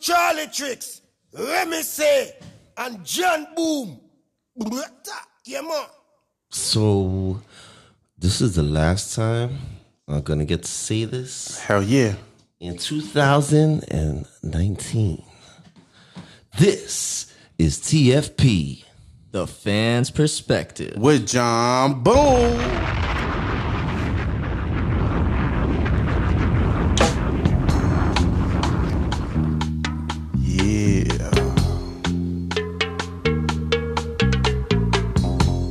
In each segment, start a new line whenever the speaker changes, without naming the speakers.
Charlie Tricks, Remy Say, and John Boom. Brata, yeah, man.
So, this is the last time I'm gonna get to say this.
Hell yeah.
In 2019, this is TFP.
The fan's perspective.
With John Boom. Yeah.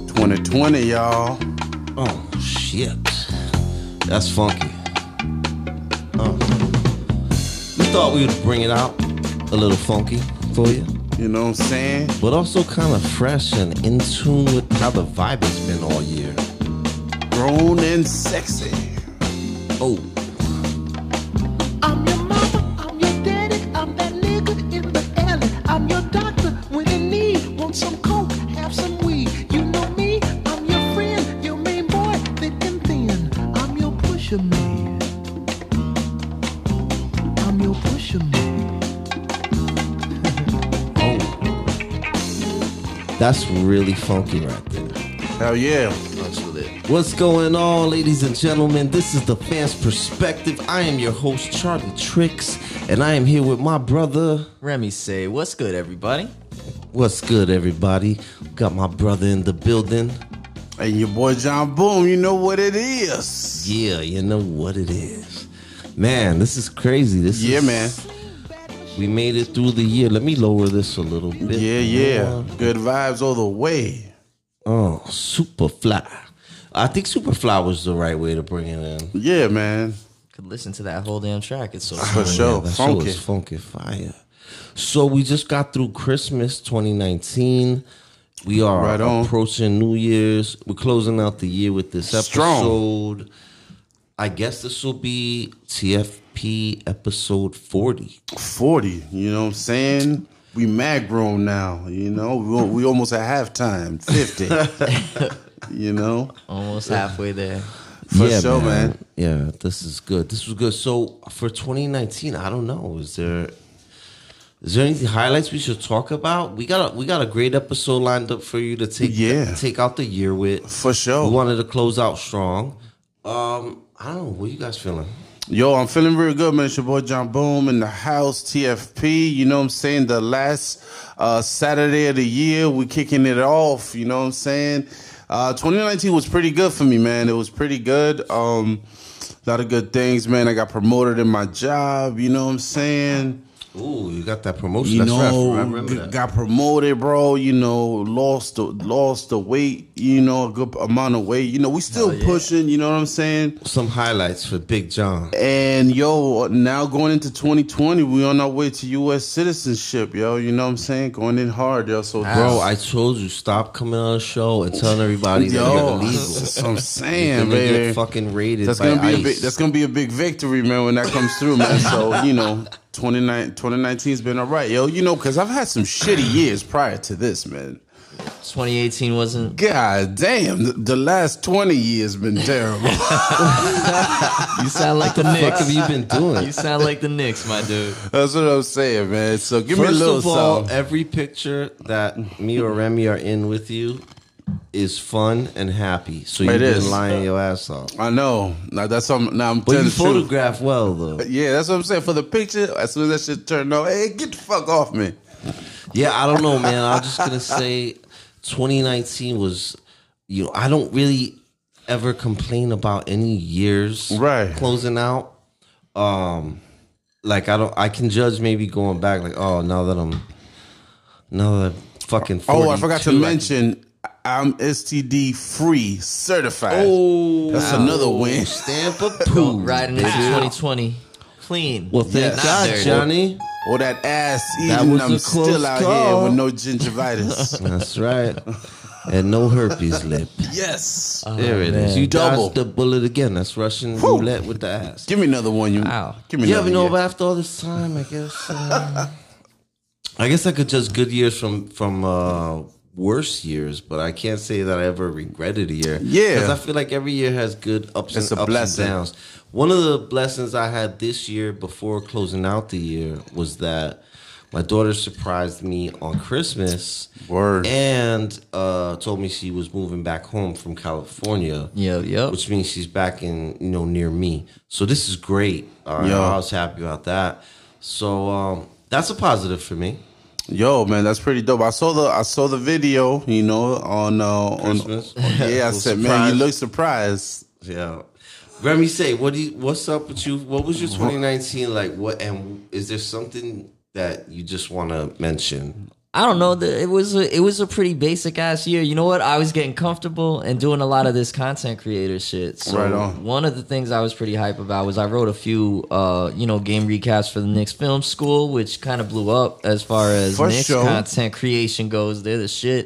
2020, y'all.
Oh shit, that's funky. Oh. We thought we would bring it out a little funky for you,
You know what I'm saying?
but also kind of fresh and in tune with how the vibe has been all year.
Grown and sexy.
Oh,
I'm your mama, I'm your daddy, I'm that nigga in the alley. I'm your doctor when in need. Want some coke, have some weed. You know me, I'm your friend, your main boy, thick and thin. I'm your pusher man. I'm your pusher man.
Oh. that's really funky right there.
Hell yeah.
That's with it.
What's going on, ladies and gentlemen? This is the Fans Perspective. I am your host, Charlie Tricks, and I am here with my brother.
Remy say, what's good, everybody?
What's good, everybody? Got my brother in the building.
And your boy John Boom, you know what it is.
Yeah, you know what it is. Man, this is crazy. This
Yeah,
is,
man.
We made it through the year. Let me lower this a little bit.
Yeah, yeah. Good vibes all the way.
Oh, Superfly. I think Superfly was the right way to bring it in.
Yeah, man.
Could listen to that whole damn track. It's so
For
funny.
sure.
that show
Funky.
is funky fire. So we just got through Christmas 2019. We are
Right on.
approaching New Year's. We're closing out the year with this
Strong.
episode. I guess this will be TFP episode 40.
40, you know what I'm saying? We mad grown now, you know? We, we almost at halftime, 50. you know?
Almost halfway there.
For sure, man.
Yeah, this is good. This was good. So for 2019, I don't know. Is there is there any highlights we should talk about? We got a we got a great episode lined up for you to take
Yeah.
take out the year with.
For sure.
We wanted to close out strong. Um, I don't know. What you guys feeling?
Yo, I'm feeling real good, man. It's your boy John Boom in the house, TFP. You know what I'm saying? The last uh, Saturday of the year, we kicking it off. You know what I'm saying? Uh, 2019 was pretty good for me, man. It was pretty good. Um, a lot of good things, man. I got promoted in my job. You know what I'm saying?
Ooh, you got that promotion.
You
That's
know,
right. I remember that.
got promoted, bro. You know, lost the lost the weight. You know, a good amount of weight. You know, we still pushing. You know what I'm saying?
Some highlights for Big John.
And yo, now going into 2020, we on our way to U.S. citizenship, yo. You know what I'm saying? Going in hard, yo. So,
Bro, I told you stop coming on the show and telling everybody that you're
yo,
illegal.
that's what I'm
You're
saying,
gonna get
baby.
fucking raided
That's
by
gonna be
ICE.
a big, that's gonna be a big victory, man, when that comes through, man. So you know, 29 2019's been all right, yo. You know, because I've had some shitty years prior to this, man.
2018 wasn't.
God damn, the, the last 20 years been terrible.
You sound like the
What have
Knicks.
you been doing?
You sound like the Knicks, my dude.
that's what I'm saying, man. So give me a
First
little
of all,
something.
every picture that me or Remy are in with you is fun and happy. So you've
It
been
is.
lying your ass off.
I know. Now that's what I'm, now I'm
But
telling
you
the truth.
photograph well though.
Yeah, that's what I'm saying. For the picture, as soon as that shit turned on, hey, get the fuck off me.
Yeah, I don't know, man. I'm just gonna say 2019 was you know, I don't really ever complain about any years
Right.
closing out. Um like I don't I can judge maybe going back like, oh now that I'm now that I'm fucking 42,
Oh, I forgot to
can-
mention, I'm STD free certified. that's another win.
stamp approved.
Riding into 2020 clean.
Well thank
Not
God,
dirty.
Johnny.
Or that ass
That
eating,
was
I'm
a close
still out
call.
here with no gingivitis.
That's right. And no herpes lip.
yes.
there it is. You
Double.
dodged the bullet again. That's Russian
Whew.
roulette with the ass.
Give me another one, you.
Ow.
Give me
yeah,
another
you know,
one.
but after all this time, I guess. Uh, I guess I could judge good years from from uh, worse years, but I can't say that I ever regretted a year.
Yeah.
because I feel like every year has good ups
It's
and
a
ups
blessing.
and downs. One of the blessings I had this year before closing out the year was that My daughter surprised me on Christmas.
Word.
And uh, told me she was moving back home from California.
Yo, yo.
Which means she's back in, you know, near me. So this is great. Uh,
Yo.
I was happy about that. So um, that's a positive for me.
Yo, man, that's pretty dope. I saw the I saw the video, you know, on uh, on
Christmas.
yeah. I
Little
said, man, you
surprise.
look surprised.
Yeah. Remy, say what do you, what's up with you? What was your 2019 like? What and is there something that you just want to mention?
I don't
Um,
know. the- It was a, it was a pretty basic ass year. You know what? I was getting comfortable and doing a lot of this content creator shit. So
Right on.
one of the things I was pretty hype about was I wrote a few uh, you know game recaps for the Knicks Film School, which kind of blew up as far as
For
Knicks
sure.
content creation goes. They're the shit,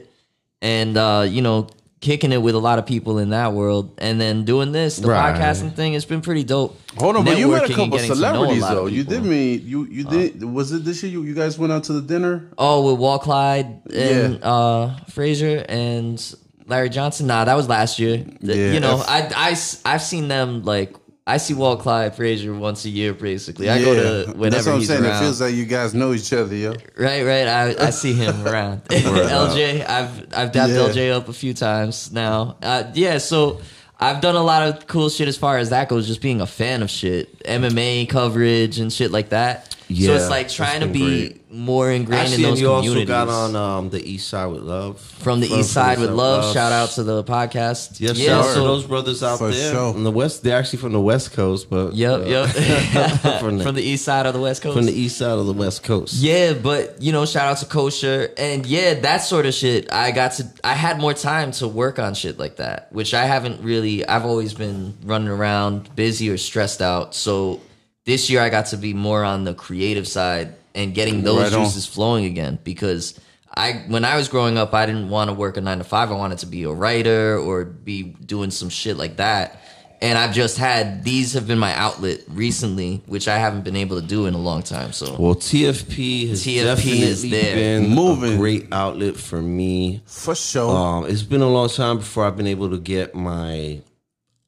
and uh, you know kicking it with a lot of people in that world, and then doing this the
Right.
podcasting thing. It's been pretty dope.
Hold on, but you
Networking
met a
and
couple
getting to know a
celebrities
lot of
though. You
people. Uh,
did me. You you did. Was it this year? You, you guys went out to the dinner.
Oh, with Wall Clyde and uh, Frazier and Larry Johnson. Nah, that was last year. Th-
Yeah,
you know, I,
that's-
I, have seen them like I see Wall Clyde Frazier once a year basically. I go to whenever
That's what I'm
he's
saying. It
around.
feels like you guys know each other, yo.
right, right. I, I see him around. LJ, I've I've dapped
Yeah.
LJ up a few times now. Uh, yeah, so. I've done a lot of cool shit as far as that goes, just being a fan of shit, MMA coverage and shit like that. so
Yeah,
it's like
that's
trying to
been
be
great.
more ingrained
Actually,
in
and
those
you also
communities
got on um, the East Side with Love
from the east side with love. Shout out to the podcast.
yeah, shout out to
so-
those brothers out
For
there
sure.
from the West. They're actually from the West Coast, but
Yep,
uh,
yep.
from, the,
from the east side of the west coast.
from the East Side of the West Coast.
yeah, but you know, shout out to Kosher and yeah, that sort of shit. I got to, I had more time to work on shit like that, which I haven't really. I've always been running around, busy or stressed out. So this year, I got to be more on the creative side and getting those
Right on.
juices flowing again because I when I was growing up, I didn't want to work a nine to five. I wanted to be a writer or be doing some shit like that. And I've just had these have been my outlet recently, which I haven't been able to do in a long time. So
Well, TFP has
TFP
definitely
is there.
been
Moving.
a great outlet for me.
For sure.
Uh,
Um, it's been a long time before I've been able to get my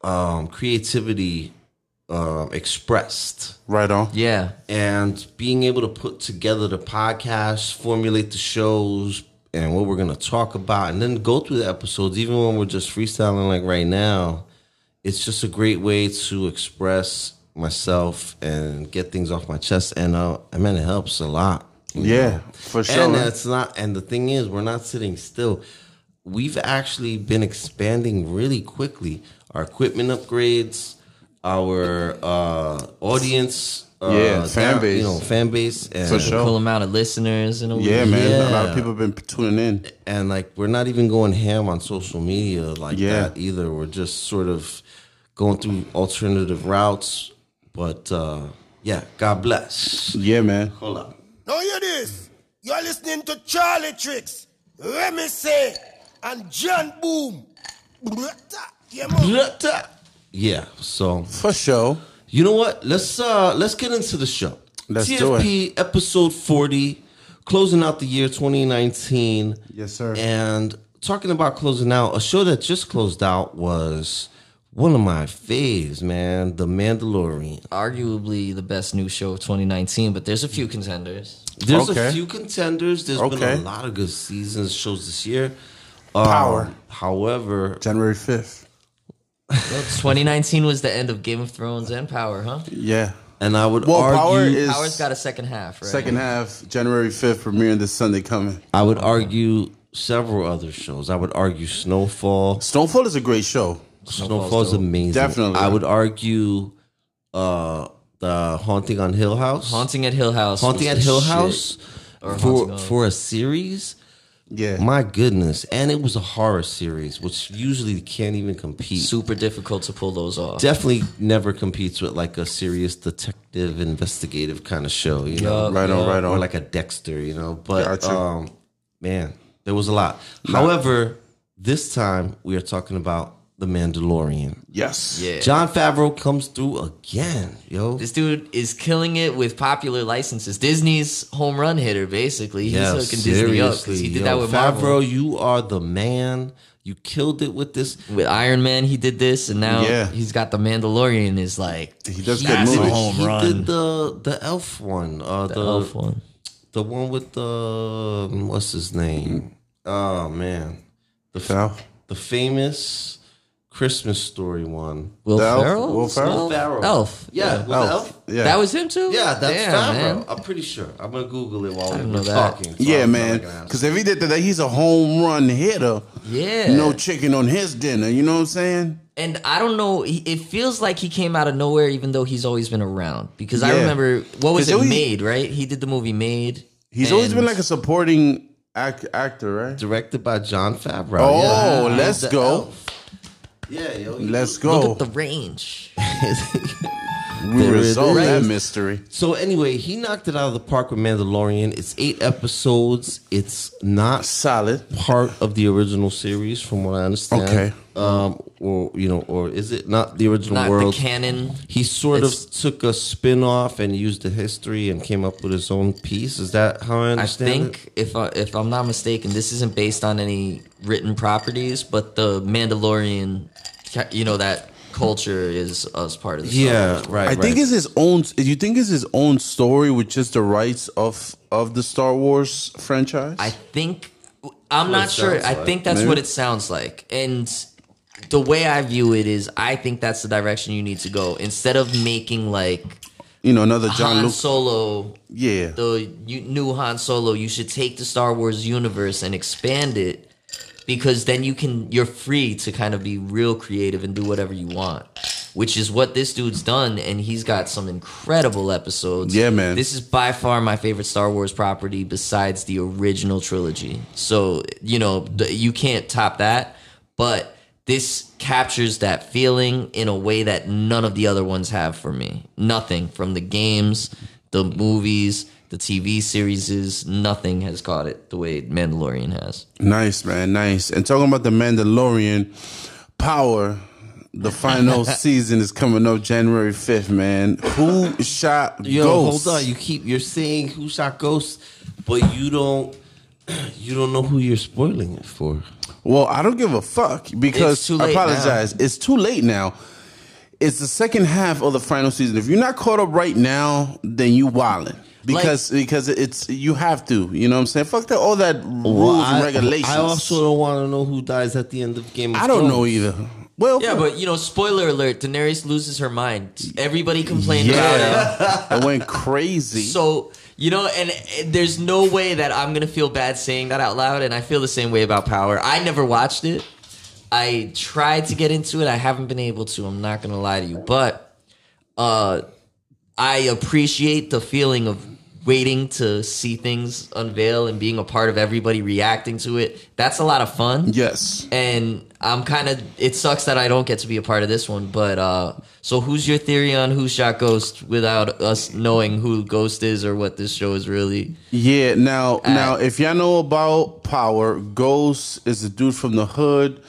um, creativity um, expressed.
right on.
yeah,
And being able to put together the podcast, formulate the shows, and what we're going to talk about, and then go through the episodes, even when we're just freestyling like right now, it's just a great way to express myself and get things off my chest. And uh, I mean, it helps a lot.
Yeah, for sure.
And that's not. And the thing is, we're not sitting still. We've actually been expanding really quickly. Our equipment upgrades, our uh, audience, uh,
Yeah, fan
down-
base.
you know, fan base, and,
For sure.
cool amount of listeners and a
yeah, man. A lot
Yeah.
of people have been tuning in.
and like we're not even going ham on social media like
Yeah.
that either. We're just sort of going through alternative routes, but uh, yeah, God bless.
Yeah, man.
Hold up.
Now hear this. You're listening to Charlie Tricks, Remy Say, and John Boom. Brata. Yeah, man.
Yeah, so
For sure.
You know what? Let's uh let's get into the show.
Let's
TFP
do
episode 40, closing out the year 2019.
Yes, sir.
And talking about closing out, a show that just closed out was one of my faves, man, The Mandalorian.
arguably the best new show of 2019, but there's a few contenders.
There's
Okay.
a few contenders. There's
Okay.
been a lot of good seasons, shows this year. Um,
Power.
However,
January fifth.
2019 was the end of Game of Thrones and Power, huh?
Yeah.
and I would
Well, power
argue
is
Power's got a second half, right?
second half, January fifth premiere this Sunday coming.
I would argue several other shows. I would argue Snowfall.
Snowfall is a great show.
Snowfall's amazing.
Definitely.
I would argue uh the Haunting on Hill House.
Haunting at Hill House. was
Haunting at
the
Hill
shit.
House
Haunting
for
on-
for a series.
Yeah.
My goodness. And it was a horror series, which usually can't even compete.
Super difficult to pull those off.
Definitely never competes with like a serious detective investigative kind of show, you know.
right on, right
Or
on.
like a Dexter, you know. But
Gotcha.
um, man, there was a lot. However, this time we are talking about The Mandalorian.
yes.
yeah.
John Favreau comes through again, yo.
This dude is killing it with popular licenses. Disney's home run hitter, basically. He's hooking Disney up because he did
yo.
that with
Favreau.
Marvel.
You are the man. You killed it with this.
With Iron Man, he did this, and now
Yeah.
he's got the Mandalorian. Is like
He does
That's
good
a
movies.
home
he
run.
did the the elf one, uh, the,
the elf one.
The one with the um, what's his name? Oh man, the f-
Now,
the famous Christmas story one.
Will
The elf?
Ferrell?
Will Ferrell?
Elf?
Farrell.
Elf.
Yeah,
Yeah.
was it
Elf.
Elf?
Yeah.
That was him too.
Yeah, that's
Damn,
Farrell.
man.
I'm pretty sure. I'm gonna Google it while
didn't
we're
know that.
talking. so
yeah,
I'm not
man.
gonna ask.
Because if he did that, he's a home run hitter.
Yeah.
No chicken on his dinner. You know what I'm saying?
and I don't know. he- It feels like he came out of nowhere, even though he's always been around. Because I
Yeah.
remember what was
'Cause
it?
always-
Made right? He did the movie Made.
He's always been like a supporting ac- actor, right?
directed by John Favreau.
Oh,
yeah.
let's
The
go.
Elf. Yeah, yo. you-
Let's
Look
go.
at the range.
we
there it
resolved that
is.
mystery.
So anyway, he knocked it out of the park with Mandalorian. It's eight episodes. It's not
Solid.
part of the original series, from what I understand.
Okay.
Um, or you know, or is it not the original
Not
world?
the canon.
he sort
It's-
of took a spin off and used the history and came up with his own piece. Is that how I
I
understand it?
think if I, if I'm not mistaken, this isn't based on any written properties, but the Mandalorian, ca- you know, that culture is as part of the Star
Yeah,
Wars world.
right.
I think
right.
it's his own. You think it's his own story with just the rights of of the Star Wars franchise?
I think I'm not
it
sure.
sounds
I
like.
think that's
Maybe.
what it sounds like. And the way I view it is I think that's the direction you need to go. Instead of making like
you know, another
Ah,
Han
John Luke.
Solo
yeah,
the you, new Han Solo, you should take the Star Wars universe and expand it because then you can you're free to kind of be real creative and do whatever you want. Which is what this dude's done, and he's got some incredible episodes.
Yeah, man.
This is by far my favorite Star Wars property besides the original trilogy. So, you know, th- you can't top that, but this captures that feeling in a way that none of the other ones have for me. Nothing from the games, the movies, the TV series, nothing has caught it the way Mandalorian has.
nice man, nice. And talking about the Mandalorian, Power, the final season is coming up January fifth, man. Who shot
Yo,
Ghost?
hold on. You keep you're saying who shot Ghost, but you don't you don't know who you're spoiling it for.
Well, I don't give a fuck because
It's too
I
late
apologize. It's too late now. It's the second half of the final season. If you're not caught up right now, then you wildin'. Because because it's you have to, you know what I'm saying? Fuck that all that rules
I,
and regulations.
I also don't want to know who dies at the end of Game of
I don't
Thrones.
know either. Well,
Yeah, but you know, spoiler alert, Daenerys loses her mind. Everybody complained about it.
yeah, I went crazy.
So you know, and and there's no way that I'm gonna feel bad saying that out loud, and I feel the same way about Power. I never watched it. I tried to get into it. I haven't been able to. I'm not gonna lie to you, but uh, I appreciate the feeling of waiting to see things unveil and being a part of everybody reacting to it. That's a lot of fun
yes,
and I'm kind of. It sucks that I don't get to be a part of this one, but uh, so who's your theory on who shot Ghost without us knowing who Ghost is or what this show is really?
yeah. Now, now, if y'all know about Power, Ghost is a dude from the hood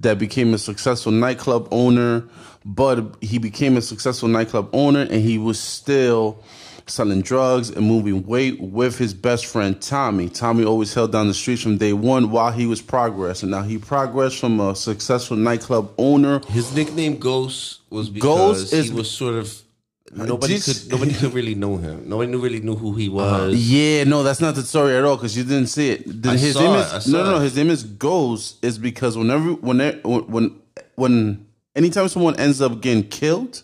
that became a successful nightclub owner, but he became a successful nightclub owner, and he was still selling drugs and moving weight with his best friend Tommy. Tommy always held down the streets from day one while he was progressing. Now he progressed from a successful nightclub owner
His nickname Ghost was because
Ghost is-
he was sort of uh, nobody
Just-
could nobody could really know him. Nobody knew- really knew who he was.
Yeah, no, that's not the story at all because you didn't see it. The-
I
his
saw
name
it,
is
I saw
no, no, no.
it.
His name is Ghost is because whenever, whenever, when, when, anytime someone ends up getting killed,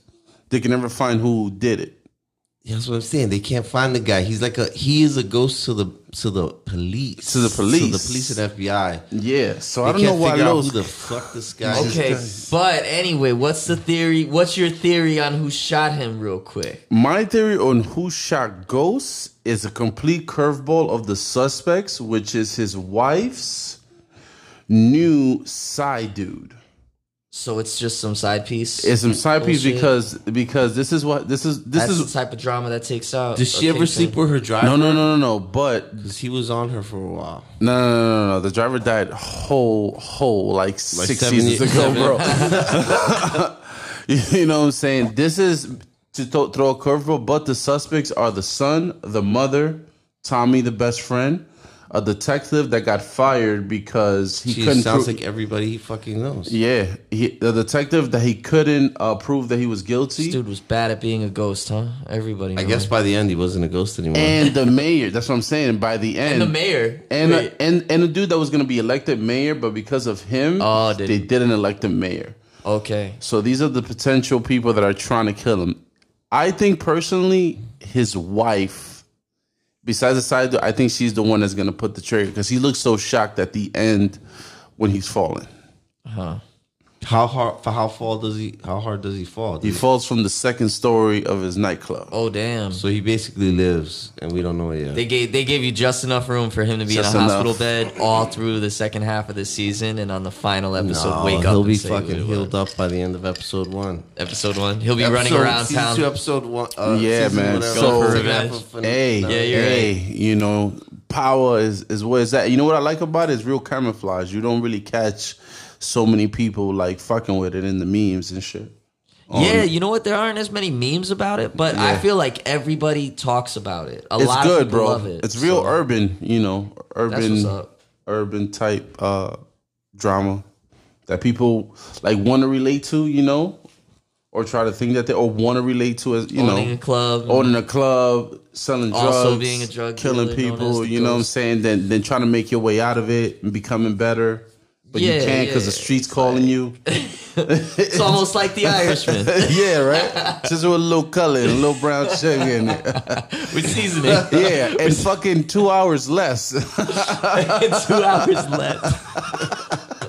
they can never find who did it.
That's what I'm saying. They can't find the guy. He's like a he is a ghost to the to the police
To the
to the
police.
police and FBI.
Yeah, so
They
I don't know
can't
why
figure out who
those.
the fuck this guy is.
Okay, but anyway, what's the theory? What's your theory on who shot him, real quick?
My theory on who shot Ghost is a complete curveball of the suspects, which is his wife's new side dude.
So it's just some side piece.
It's some side piece
Bullshit.
because because this is what this is this
That's
is
the type of drama that takes out.
Did she ever sleep with her driver?
no no no no no. But
Because he was on her for a while.
No, no, no, no, no. The driver died whole, whole like, six
seven
seasons
years-
ago,
seven-
bro. you know what I'm saying? This is to th- throw a curveball, but the suspects are the son, the mother, Tommy, the best friend, a detective that got fired because he
She
couldn't.
sounds
prove-
like everybody he fucking knows.
yeah, he, the detective that he couldn't uh, prove that he was guilty.
This dude was bad at being a ghost, huh? Everybody.
I
knew
guess
him.
by the end he wasn't a ghost anymore.
And the mayor. That's what I'm saying. By the end,
And the mayor.
and uh,
Wait.
and and the dude that was gonna be elected mayor, but because of him,
Oh, didn't-
they didn't elect a mayor.
okay.
So these are the potential people that are trying to kill him. I think personally, his wife, besides the side, dude, I think she's the one that's gonna put the trigger because he looks so shocked at the end when he's falling.
how hard? For how far does he? How hard does he fall?
He
Mm.
Does he-
falls from the second story of his nightclub.
Oh damn.
so he basically lives, and we don't know it yet.
They gave they gave you just enough room for him to be
Just
in a hospital
enough.
bed all through the second half of the season, and on the final episode,
No,
wake up.
he'll
and
be
say what
fucking
it
healed
was.
up by the end of episode one.
Episode one, he'll be running
Episode-
around
season
town.
Two, episode one. Uh,
Yeah,
season
man.
whatever.
So-
Second
Revenge.
half of-
Hey,
no.
Yeah, you're
hey, you know, power is, is where it's at. You know what I like about it is real camouflage. You don't really catch so many people like fucking with it in the memes and shit.
yeah, you know what? There aren't as many memes about it, but I feel like everybody talks about it. A
It's
lot of
good,
people
bro.
love it.
it's real
so
urban, you know,
That's what's
urban,
up.
urban type uh, drama that people like want to relate to, you know, or try to think that they or want to relate to as you
Owning
know,
a club.
owning a club, selling drugs,
Mm-hmm. Also being a drug
killing
dealer known as
people.
the
You know what I'm
ghost.
saying? Then then trying to make your way out of it and becoming better, but you
Yeah,
can't because the
yeah.
streets calling you.
it's almost like The Irishman.
yeah, right. Just with a little color and a little brown sugar in it.
Which season is it?
Yeah, and fucking two hours less.
Two hours left.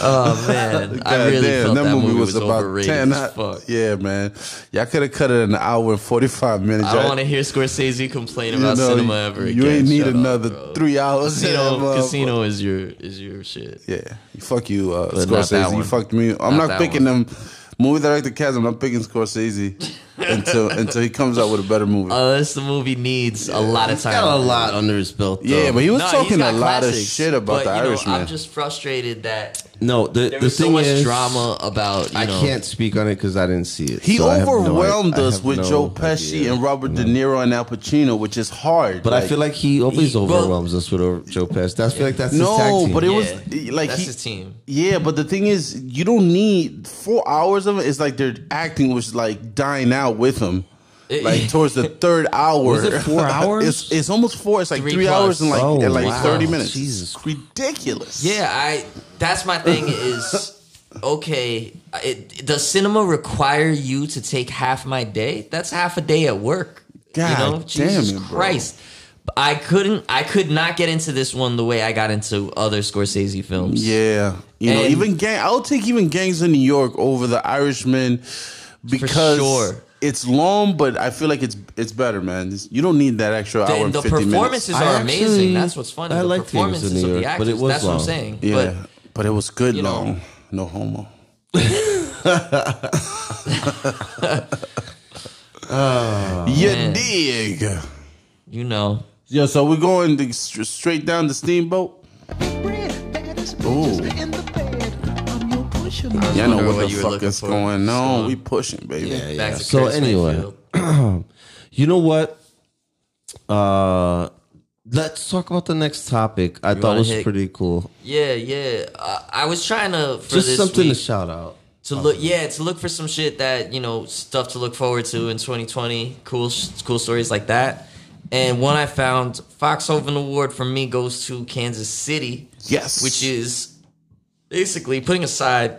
oh man, I
God
really
damn,
felt that, movie, was, overrated.
10
as fuck.
Yeah, man. Y'all could have cut it an hour and 45 minutes.
I don't
Y'all-
want to hear Scorsese complain
you
about
know,
cinema ever again.
You ain't need
Shut up,
another
bro.
three hours. in that
Casino,
motherfucker.
casino is your is your shit.
Yeah. You fuck you, uh,
But not that
Scorsese. You
one.
fucked me. I'm
Not
not,
that
picking
one.
them. Movie director Kaz, I'm not picking Scorsese until until he comes out with a better movie.
Unless the Uh, movie needs a lot of
He's
time.
got a lot under his belt. Though.
yeah, but he was
No, he's
talking a
got
lot of
classics,
shit about
but,
the
you know,
Irishman.
I'm just frustrated that
no. The,
there
the
was
thing
so much
is,
drama about. You
I
know,
can't speak on it because I didn't see it.
he
so I have no i-
overwhelmed
I
us
have
with
no
Joe Pesci
idea.
and Robert De Niro and Al Pacino, which is hard.
But I feel like he always
Well-
overwhelms us with over- Joe Pesci. That's I feel like that's his tag
no,
team.
but it
Yeah,
was like
that's
he,
his team.
Yeah, but the thing is, you don't need four hours of it. It's like their acting was like dying out with them.
It-
Like towards the third hour.
Was it four hours?
it's, it's almost four. It's like
Three
three,
plus.
hours and like,
Oh,
and like
wow.
30 minutes.
Jesus.
It's ridiculous.
Yeah, I. That's my thing. Is okay. It, does cinema require you to take half my day? That's half a day at work.
God
you know,
damn
Jesus
it, bro.
Christ. I couldn't. I could not get into this one the way I got into other Scorsese films.
Yeah. You know,
And-
even gang, I'll take even Gangs in New York over the Irishman because
sure.
it's long, but I feel like it's it's better, man. It's- You don't need that extra hour
The,
and
the
50 minutes.
performances
I
are
actually-
amazing. That's what's funny.
I
the
liked Gangs
performances
of New
of the
York,
actors.
but it was
that's what I'm
long.
saying.
Yeah,
But
but, it was good
you know.
long. no homo. you
Oh, man.
dig?
you know,
Yo, so we're going to, str- straight down the steamboat.
Bread, that is bitches in the bed. I'm your pusher. now.
Y'all know
wondering
what,
what
the
you were
fuck
looking
is
for.
going on.
So-
we pushing, baby.
yeah, yeah.
back to
So
Curtis
anyway,
Mayfield.
you know what? Uh, let's talk about the next topic. I thought
wanna
was
hit-
pretty cool.
yeah, yeah. Uh, I was trying to for
Just
this
something
week,
to shout out.
to look yeah to look for some shit that you know stuff to look forward to in 2020 cool sh- cool stories like that and one i found foxhoven award for me goes to kansas city
Yes.
which is basically putting aside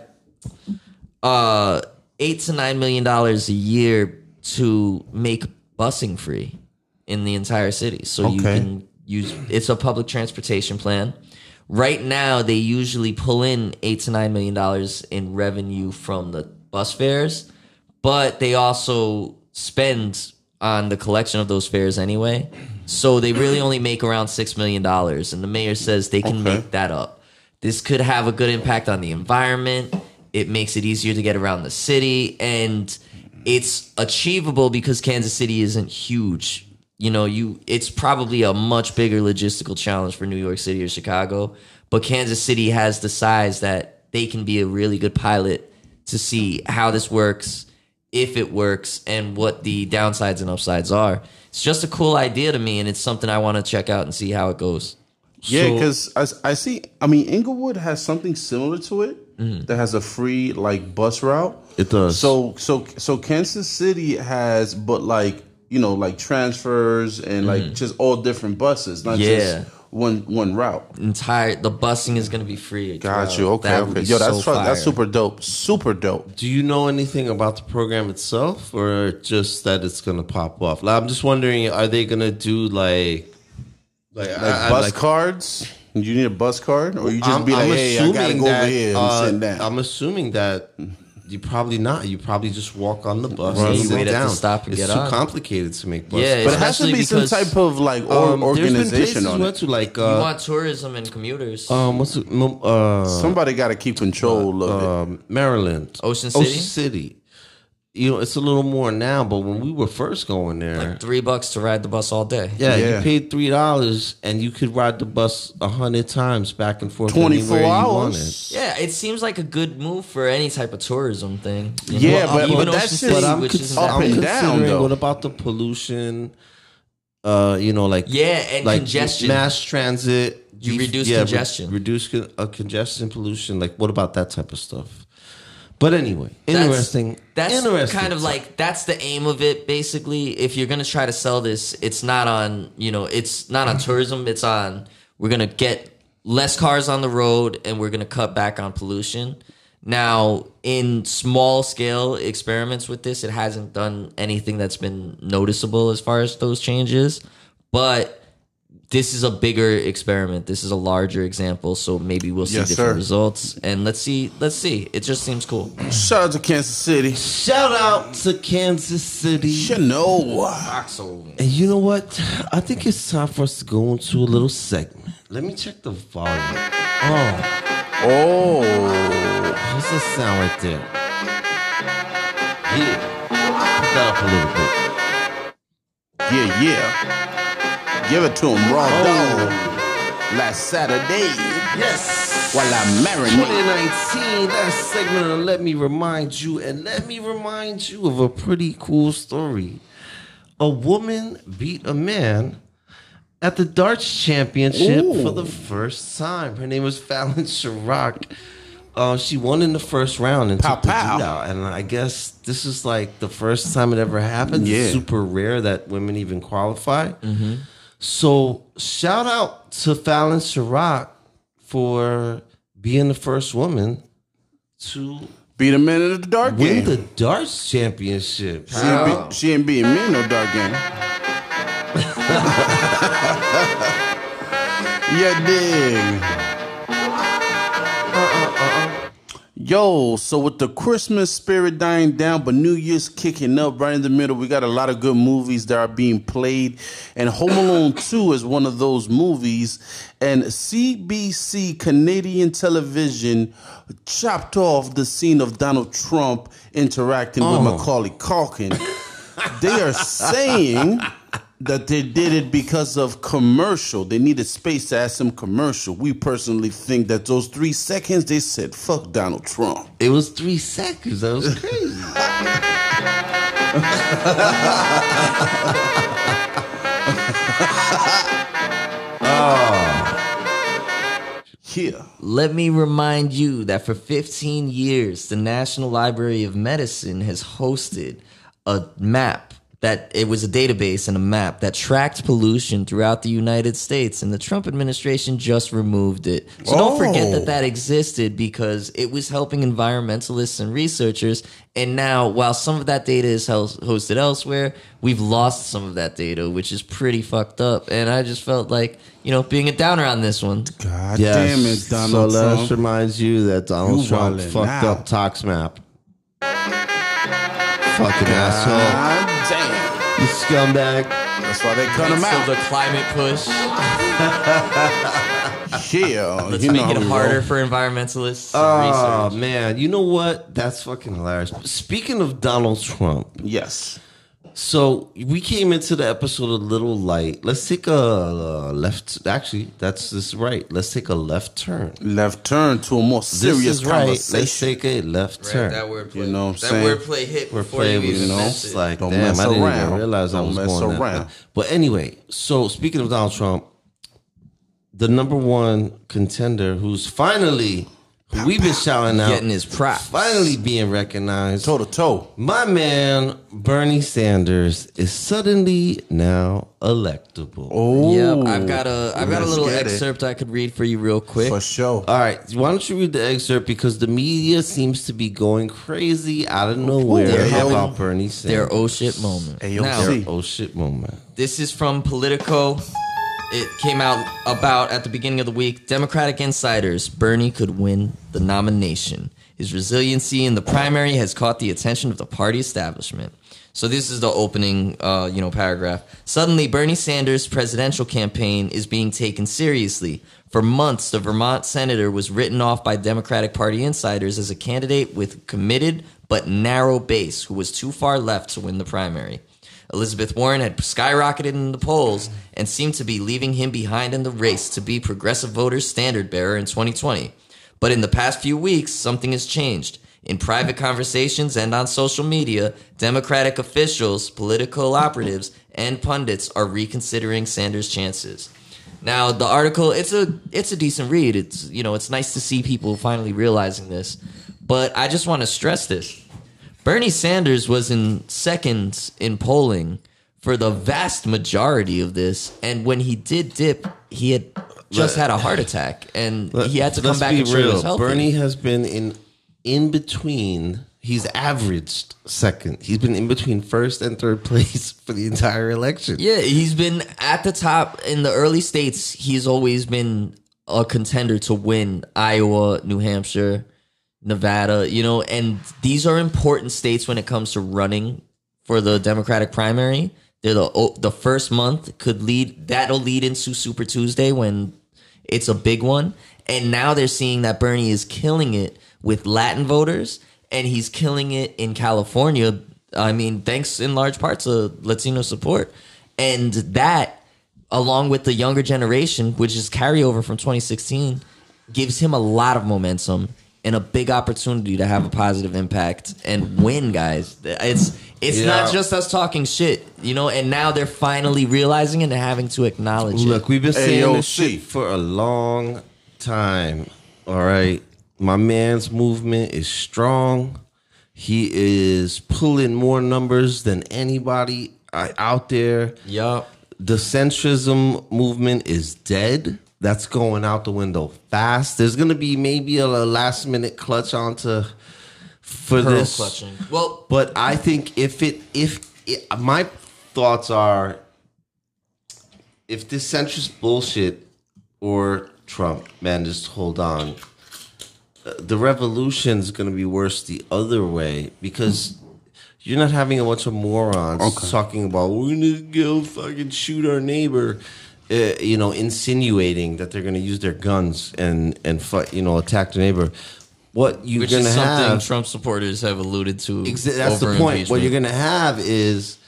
uh eight to nine million dollars a year to make busing free in the entire city so you
Okay.
can use it's a public transportation plan right now they usually pull in eight to nine million dollars in revenue from the bus fares but they also spend on the collection of those fares anyway. So they really only make around $6 million. And the mayor says they can
Okay.
make that up. This could have a good impact on the environment. It makes it easier to get around the city. And it's achievable because Kansas City isn't huge. You know, you it's probably a much bigger logistical challenge for New York City or Chicago, but Kansas City has the size that they can be a really good pilot to see how this works if it works and what the downsides and upsides are. It's just a cool idea to me, and it's something I want to check out and see how it goes.
Yeah,
So-
because I, I see. I mean, Inglewood has something similar to it that has a free like bus route.
It does.
So so so Kansas City has, but like you know, like transfers and like just all different buses, not
Yeah.
just one one route.
Entire the busing is going to be free.
Got
Wow,
you. Okay.
that would
okay.
be
Yo, that's
so
fu- that's
fire.
super dope. Super dope.
Do you know anything about the program itself, or just that it's gonna pop off? Like, I'm just wondering, are they gonna do like, like, I-
Like
I-
bus
like-
cards. You need a bus card, or you just be like, "Hey, I gotta go over here and
uh,
sit down."
I'm assuming that you probably not. You probably just walk on the bus
Right.
and
You
sit
wait at the
down.
stop and
it's
get
too
on.
complicated to make bus.
Yeah,
cards.
but it has to
especially
be some
because,
type of like or,
Um, there's been places
organization on
we
it.
went to like
You
uh,
want tourism and commuters?
um, what's it, Mo- uh,
Somebody got to keep control of it.
um, Maryland,
Ocean City?
Ocean City. You know, it's a little more now, but when we were first going there,
Three bucks to ride the bus all day.
Yeah,
Yeah.
you paid three dollars and you could ride the bus a hundred times back and forth.
24
anywhere you
hours.
Yeah, it seems like a good move for any type of tourism thing. you know?
Yeah,
Well,
but,
even
but
Ocean
that's
wanted.
City,
just
But I'm,
which
cons-
isn't
I'm
that big.
Up and down,
considering
though.
what about the pollution? Uh, you know, like
Yeah, and
like
congestion.
mass transit.
You reduce
re-
congestion.
reduce con- uh, congestion, pollution. Like, what about that type of stuff? But anyway,
That's-
interesting.
That's
interesting.
kind of like that's the aim of it. Basically, if you're gonna try to sell this, it's not on you know it's not on tourism. It's on we're gonna get less cars on the road and we're gonna cut back on pollution. Now, in small scale experiments with this, it hasn't done anything that's been noticeable as far as those changes, but. This is a bigger experiment. This is a larger example, so maybe we'll see
Yes,
different
sir.
results. And let's see, let's see. It just seems cool.
shout out to Kansas City.
shout out to Kansas City.
You know,
And you know what? I think it's time for us to go into a little segment. Let me check the volume. Oh,
oh,
what's that sound right there? Yeah. Put that up a little bit.
yeah, yeah. Give it to him raw
Oh.
dog. Last Saturday
Yes.
while I marinate.
2019, that segment of Let Me Remind You. And let me remind you of a pretty cool story. A woman beat a man at the darts championship for the first time. Her name was Fallon Chirac. Uh, she won in the first round and
Pow,
took the
pow.
lead out. Uh, And I guess this is like the first time it ever happened.
Yeah. Mm-hmm.
It's super rare that women even qualify. So shout out to Fallon Chirac for being the first woman to
Beat a man in the dark
win
game.
the darts championship.
she, ain't be, she ain't beating me in no dark game. yeah, dig. Yo, so with the Christmas spirit dying down, but New Year's kicking up right in the middle, we got a lot of good movies that are being played. And Home Alone 2 is one of those movies. And CBC, Canadian television, chopped off the scene of Donald Trump interacting with Macaulay Culkin. they are saying that they did it because of commercial. They needed space to add some commercial. We personally think that those three seconds they said, fuck Donald Trump.
It was three seconds. That was crazy.
Here.
Let me remind you that for 15 years, the National Library of Medicine has hosted a map that it was a database and a map that tracked pollution throughout the United States, and the Trump administration just removed it. So don't forget that that existed because it was helping environmentalists and researchers. And now, while some of that data is hel- hosted elsewhere, we've lost some of that data, which is pretty fucked up. And I just felt like, you know, being a downer on this one.
God
Yes.
damn it, Donald
so let us
Trump.
remind you that Donald
You
Trump
wildin'
fucked
now.
up Toxmap. Fucking asshole.
God damn.
You scumbag.
That's why they cut him
So the
out.
climate push to
Yeah. you know
make
how
it
we
harder
roll.
for environmentalists.
Oh,
and research.
man. You know what? That's fucking hilarious. Speaking of Donald Trump,
Yes.
So we came into the episode a little light. Let's take a uh, left. Actually, that's this right. Let's take a left turn.
Left turn to a more
This
serious
is right. Let's
conversation.
take a left
Right,
turn.
that wordplay.
You know what I'm
that
saying?
wordplay hit
We're
before you
playing,
even
you know.
meant
It's
it.
like,
Don't
damn,
mess
I didn't
around.
even realize
Don't
I was
mess
going that.
around.
But anyway, so speaking of Donald Trump, the number one contender, who's finally who we've been shouting out,
Getting his props.
finally being recognized.
Toe to toe.
My man Bernie Sanders is suddenly now electable.
Oh.
Yep, I've got a I've got a
let's
little
get it.
excerpt I could read for you real quick.
For sure.
All right, why don't you read the excerpt because the media seems to be going crazy out of nowhere
They're
about
having
Bernie Sanders.
Their oh shit moment.
AOC.
Now,
oh shit moment.
this is from Politico. It came out about at the beginning of the week. Democratic insiders, Bernie could win the nomination. His resiliency in the primary has caught the attention of the party establishment. So this is the opening, uh, you know, paragraph. Suddenly, Bernie Sanders' presidential campaign is being taken seriously. For months, the Vermont senator was written off by Democratic Party insiders as a candidate with committed but narrow base who was too far left to win the primary. Elizabeth Warren had skyrocketed in the polls and seemed to be leaving him behind in the race to be progressive voters' standard bearer in 2020. But in the past few weeks, something has changed. In private conversations and on social media, Democratic officials, political operatives, and pundits are reconsidering Sanders' chances. Now, the article it's a it's a decent read. It's you know it's nice to see people finally realizing this, but I just want to stress this. Bernie Sanders was in second in polling for the vast majority of this, and when he did dip, he had just had a heart attack, and he had to come
Let's
back
be
and show he was healthy.
Bernie has been in in between. He's averaged second. He's been in between first and third place for the entire election.
Yeah, he's been at the top in the early states. He's always been a contender to win Iowa, New Hampshire, Nevada, you know, and these are important states when it comes to running for the Democratic primary. They're the oh, the first month could lead that'll lead into Super Tuesday when it's a big one. And now they're seeing that Bernie is killing it with Latin voters, and he's killing it in California. I mean, thanks in large part to Latino support. And that, along with the younger generation, which is carryover from 2016, gives him a lot of momentum and a big opportunity to have a positive impact and win, guys. It's it's not
Yeah.
just us talking shit, you know. And now they're finally realizing it and having to acknowledge it.
Look, we've been saying this
AOC.
shit for a long time. All right. My man's movement is strong. He is pulling more numbers than anybody uh, out there.
Yup.
The centrism movement is dead. That's going out the window fast. There's going to be maybe a last minute clutch onto for
Pearl
this.
clutching. Well,
But I think if it if it, my thoughts are if this centrist bullshit or Trump manages to hold on, uh, the revolution's going to be worse the other way because you're not having a bunch of morons talking about we're going to go fucking shoot our neighbor. Uh, you know, insinuating that they're going to use their guns and and fight, you know attack their neighbor. What you're
which
going to
is something
have
Trump supporters have alluded to.
Exa- that's
over
the point. What
impeachment.
you're going to have is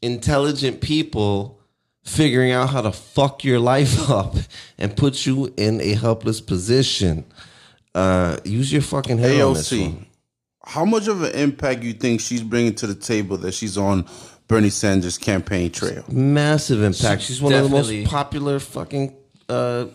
intelligent people figuring out how to fuck your life up and put you in a helpless position. Uh, use your fucking head on this
AOC.
one.
How much of an impact you think she's bringing to the table that she's on Bernie Sanders' campaign trail?
Massive impact. She's one of the
Definitely.
most popular fucking uh,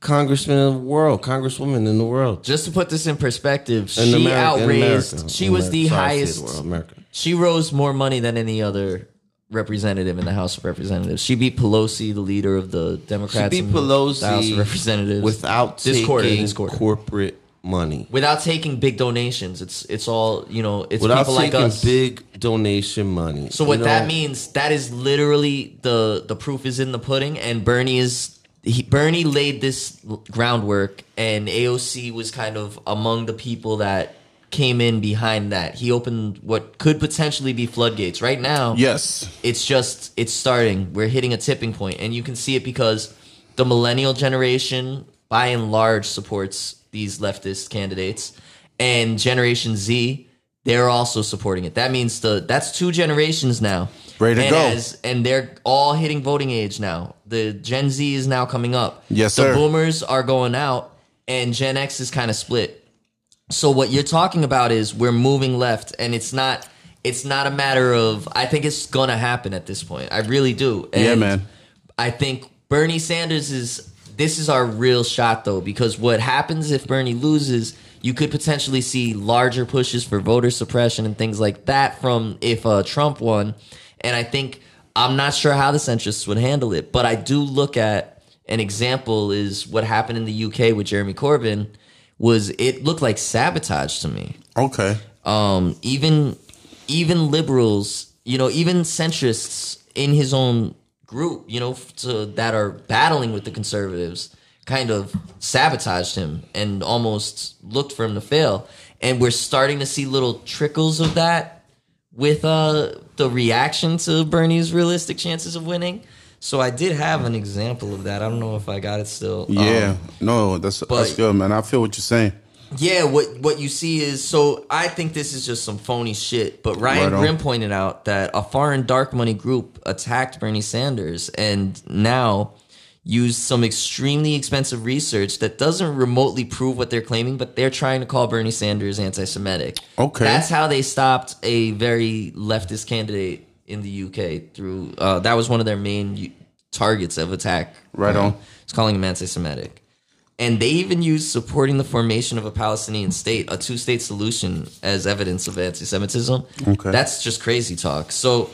congressmen in the world, congresswoman in the world.
just to put this in perspective,
In
she
America- in
outraised.
America.
she
In
was
America.
the
Sorry, I said
highest.
world, America.
She rose more money than any other representative in the House of Representatives. She beat Pelosi, the leader of the
She
Democrats.
beat
in the House
Pelosi
of Representatives
without
this
taking
quarter, this quarter.
corporate money.
without taking big donations. It's it's all you know. It's
Without
people like
taking
us.
big donation money.
So what
You
that
know?
means, that is literally the the proof is in the pudding, and Bernie is he, Bernie laid this l- groundwork, and AOC was kind of among the people that came in behind that. He opened what could potentially be floodgates. Right now,
Yes.
it's just it's starting. We're hitting a tipping point, and you can see it because the millennial generation, by and large, supports these leftist candidates, and Generation Z they're also supporting it. That means the that's two generations now.
Ready to
and
go.
and they're all hitting voting age now. The Gen Z is now coming up.
Yes,
the
sir.
boomers are going out, and Gen X is kind of split. So what you're talking about is we're moving left, and it's not it's not a matter of. I think it's gonna happen at this point. I really do. And
Yeah, man.
I think Bernie Sanders is this is our real shot though because what happens if Bernie loses, you could potentially see larger pushes for voter suppression and things like that from if uh, Trump won. And I think I'm not sure how the centrists would handle it, but I do look at an example is what happened in the UK with Jeremy Corbyn was it looked like sabotage to me
Okay.
um, even even liberals, you know, even centrists in his own group, you know, f- to, that are battling with the conservatives, kind of sabotaged him and almost looked for him to fail. And we're starting to see little trickles of that with uh, the reaction to Bernie's realistic chances of winning. So I did have an example of that. I don't know if I got it still. Um,
Yeah. no, that's that's
but-
good, man. I feel what you're saying.
yeah, what what you see is so I think this is just some phony shit. But Ryan
Right on.
Grimm pointed out that a foreign dark money group attacked Bernie Sanders and now used some extremely expensive research that doesn't remotely prove what they're claiming, but they're trying to call Bernie Sanders anti-Semitic.
Okay.
that's how they stopped a very leftist candidate in the UK through. Uh, that was one of their main u- targets of attack.
Right on.
It's calling him anti-Semitic and they even used supporting the formation of a Palestinian state, a two-state solution, as evidence of anti-Semitism.
Okay.
that's just crazy talk. So,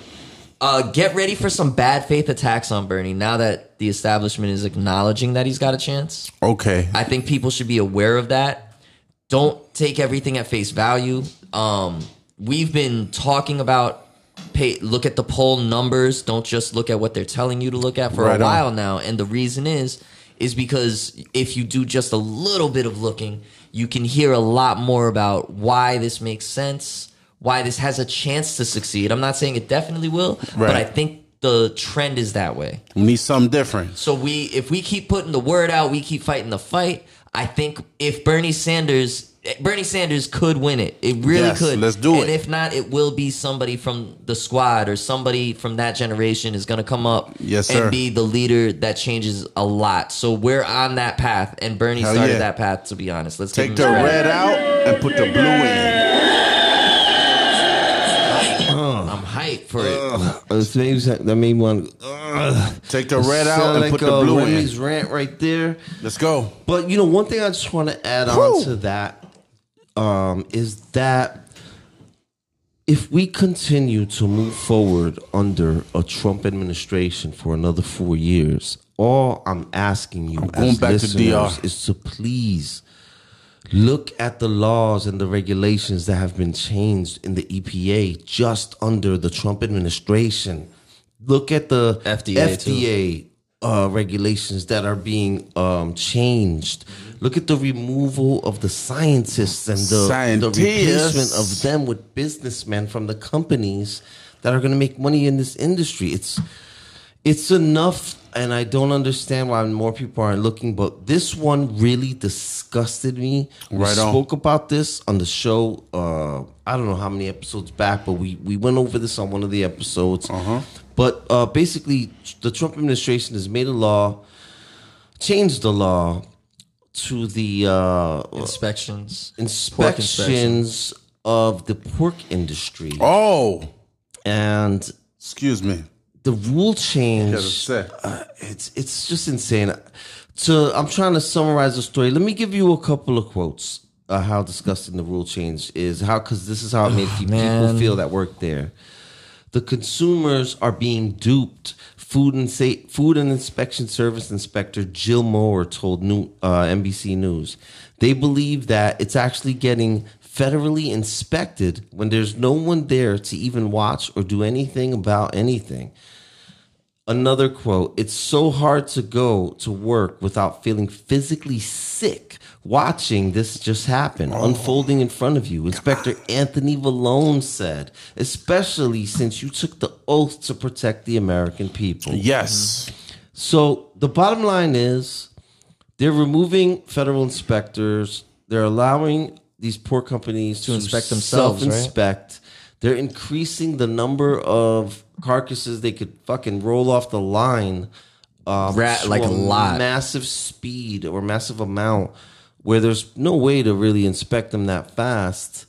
uh, get ready for some bad faith attacks on Bernie. Now that the establishment is acknowledging that he's got a chance,
Okay.
I think people should be aware of that. Don't take everything at face value. Um, we've been talking about pay, look at the poll numbers. Don't just look at what they're telling you to look at for
Right on.
a while now. And the reason is is because if you do just a little bit of looking, you can hear a lot more about why this makes sense, why this has a chance to succeed. I'm not saying it definitely will, but
Right.
I think the trend is that way.
we need something different.
So we, if we keep putting the word out, we keep fighting the fight. I think if Bernie Sanders, Bernie Sanders could win it. It really
Yes,
could.
let's do
And
it.
if not, it will be somebody from the squad or somebody from that generation is going to come up
Yes, sir.
and be the leader that changes a lot. So we're on that path, and Bernie
Hell
started
yeah.
that path. To be honest, let's
Take
give
the
him his credit.
red out and put the blue in.
I'm hyped for it.
Uh, It's maybe that that made me want. Ugh.
Take the
It
red out
sound
and
like,
put the
uh,
blue in.
Remy's rant right there.
Let's go.
But you know, one thing I just want to add on to that um, is that if we continue to move forward under a Trump administration for another four years, all I'm asking you
going
as
back to
listeners
DR.
is to please look at the laws and the regulations that have been changed in the EPA just under the Trump administration. Look at the
FDA too.
FDA uh, regulations that are being um, changed. Look at the removal of the scientists and the, the
Scientists.
replacement of them with businessmen from the companies that are going to make money in this industry. It's it's enough and i don't understand why more people aren't looking but this one really disgusted me
Right
we
on.
spoke about this on the show uh i don't know how many episodes back but we we went over this on one of the episodes
Uh-huh.
but uh basically the trump administration has made a law changed the law to the uh
Inspections, Pork inspection.
inspections of the pork industry
Oh,
and
excuse me.
the rule change
Got upset.
uh, it's it's just insane. To I'm trying to summarize the story. Let me give you a couple of quotes. Uh, how disgusting the rule change is. How because this is how it made pe- people
man.
feel that work there. The consumers are being duped. Food and sa- Food and Inspection Service Inspector Jill Moore told new, uh, NBC News, they believe that it's actually getting federally inspected when there's no one there to even watch or do anything about anything. Another quote It's so hard to go to work without feeling physically sick watching this just happen, unfolding in front of you. Inspector Anthony Vallone said, especially since you took the oath to protect the American people.
Yes.
So the bottom line is they're removing federal inspectors. They're allowing these poor companies to,
inspect themselves, right?
Self-inspect. They're increasing the number of carcasses they could fucking roll off the line. Um,
Rat-
to
like a lot.
massive speed or massive amount, where there's no way to really inspect them that fast,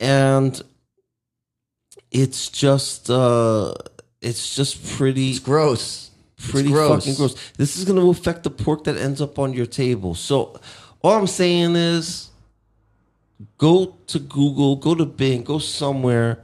and it's just uh, it's just pretty
It's gross.
pretty
gross.
fucking gross. This is going to affect the pork that ends up on your table. So, all I'm saying is go to Google, go to Bing, go somewhere,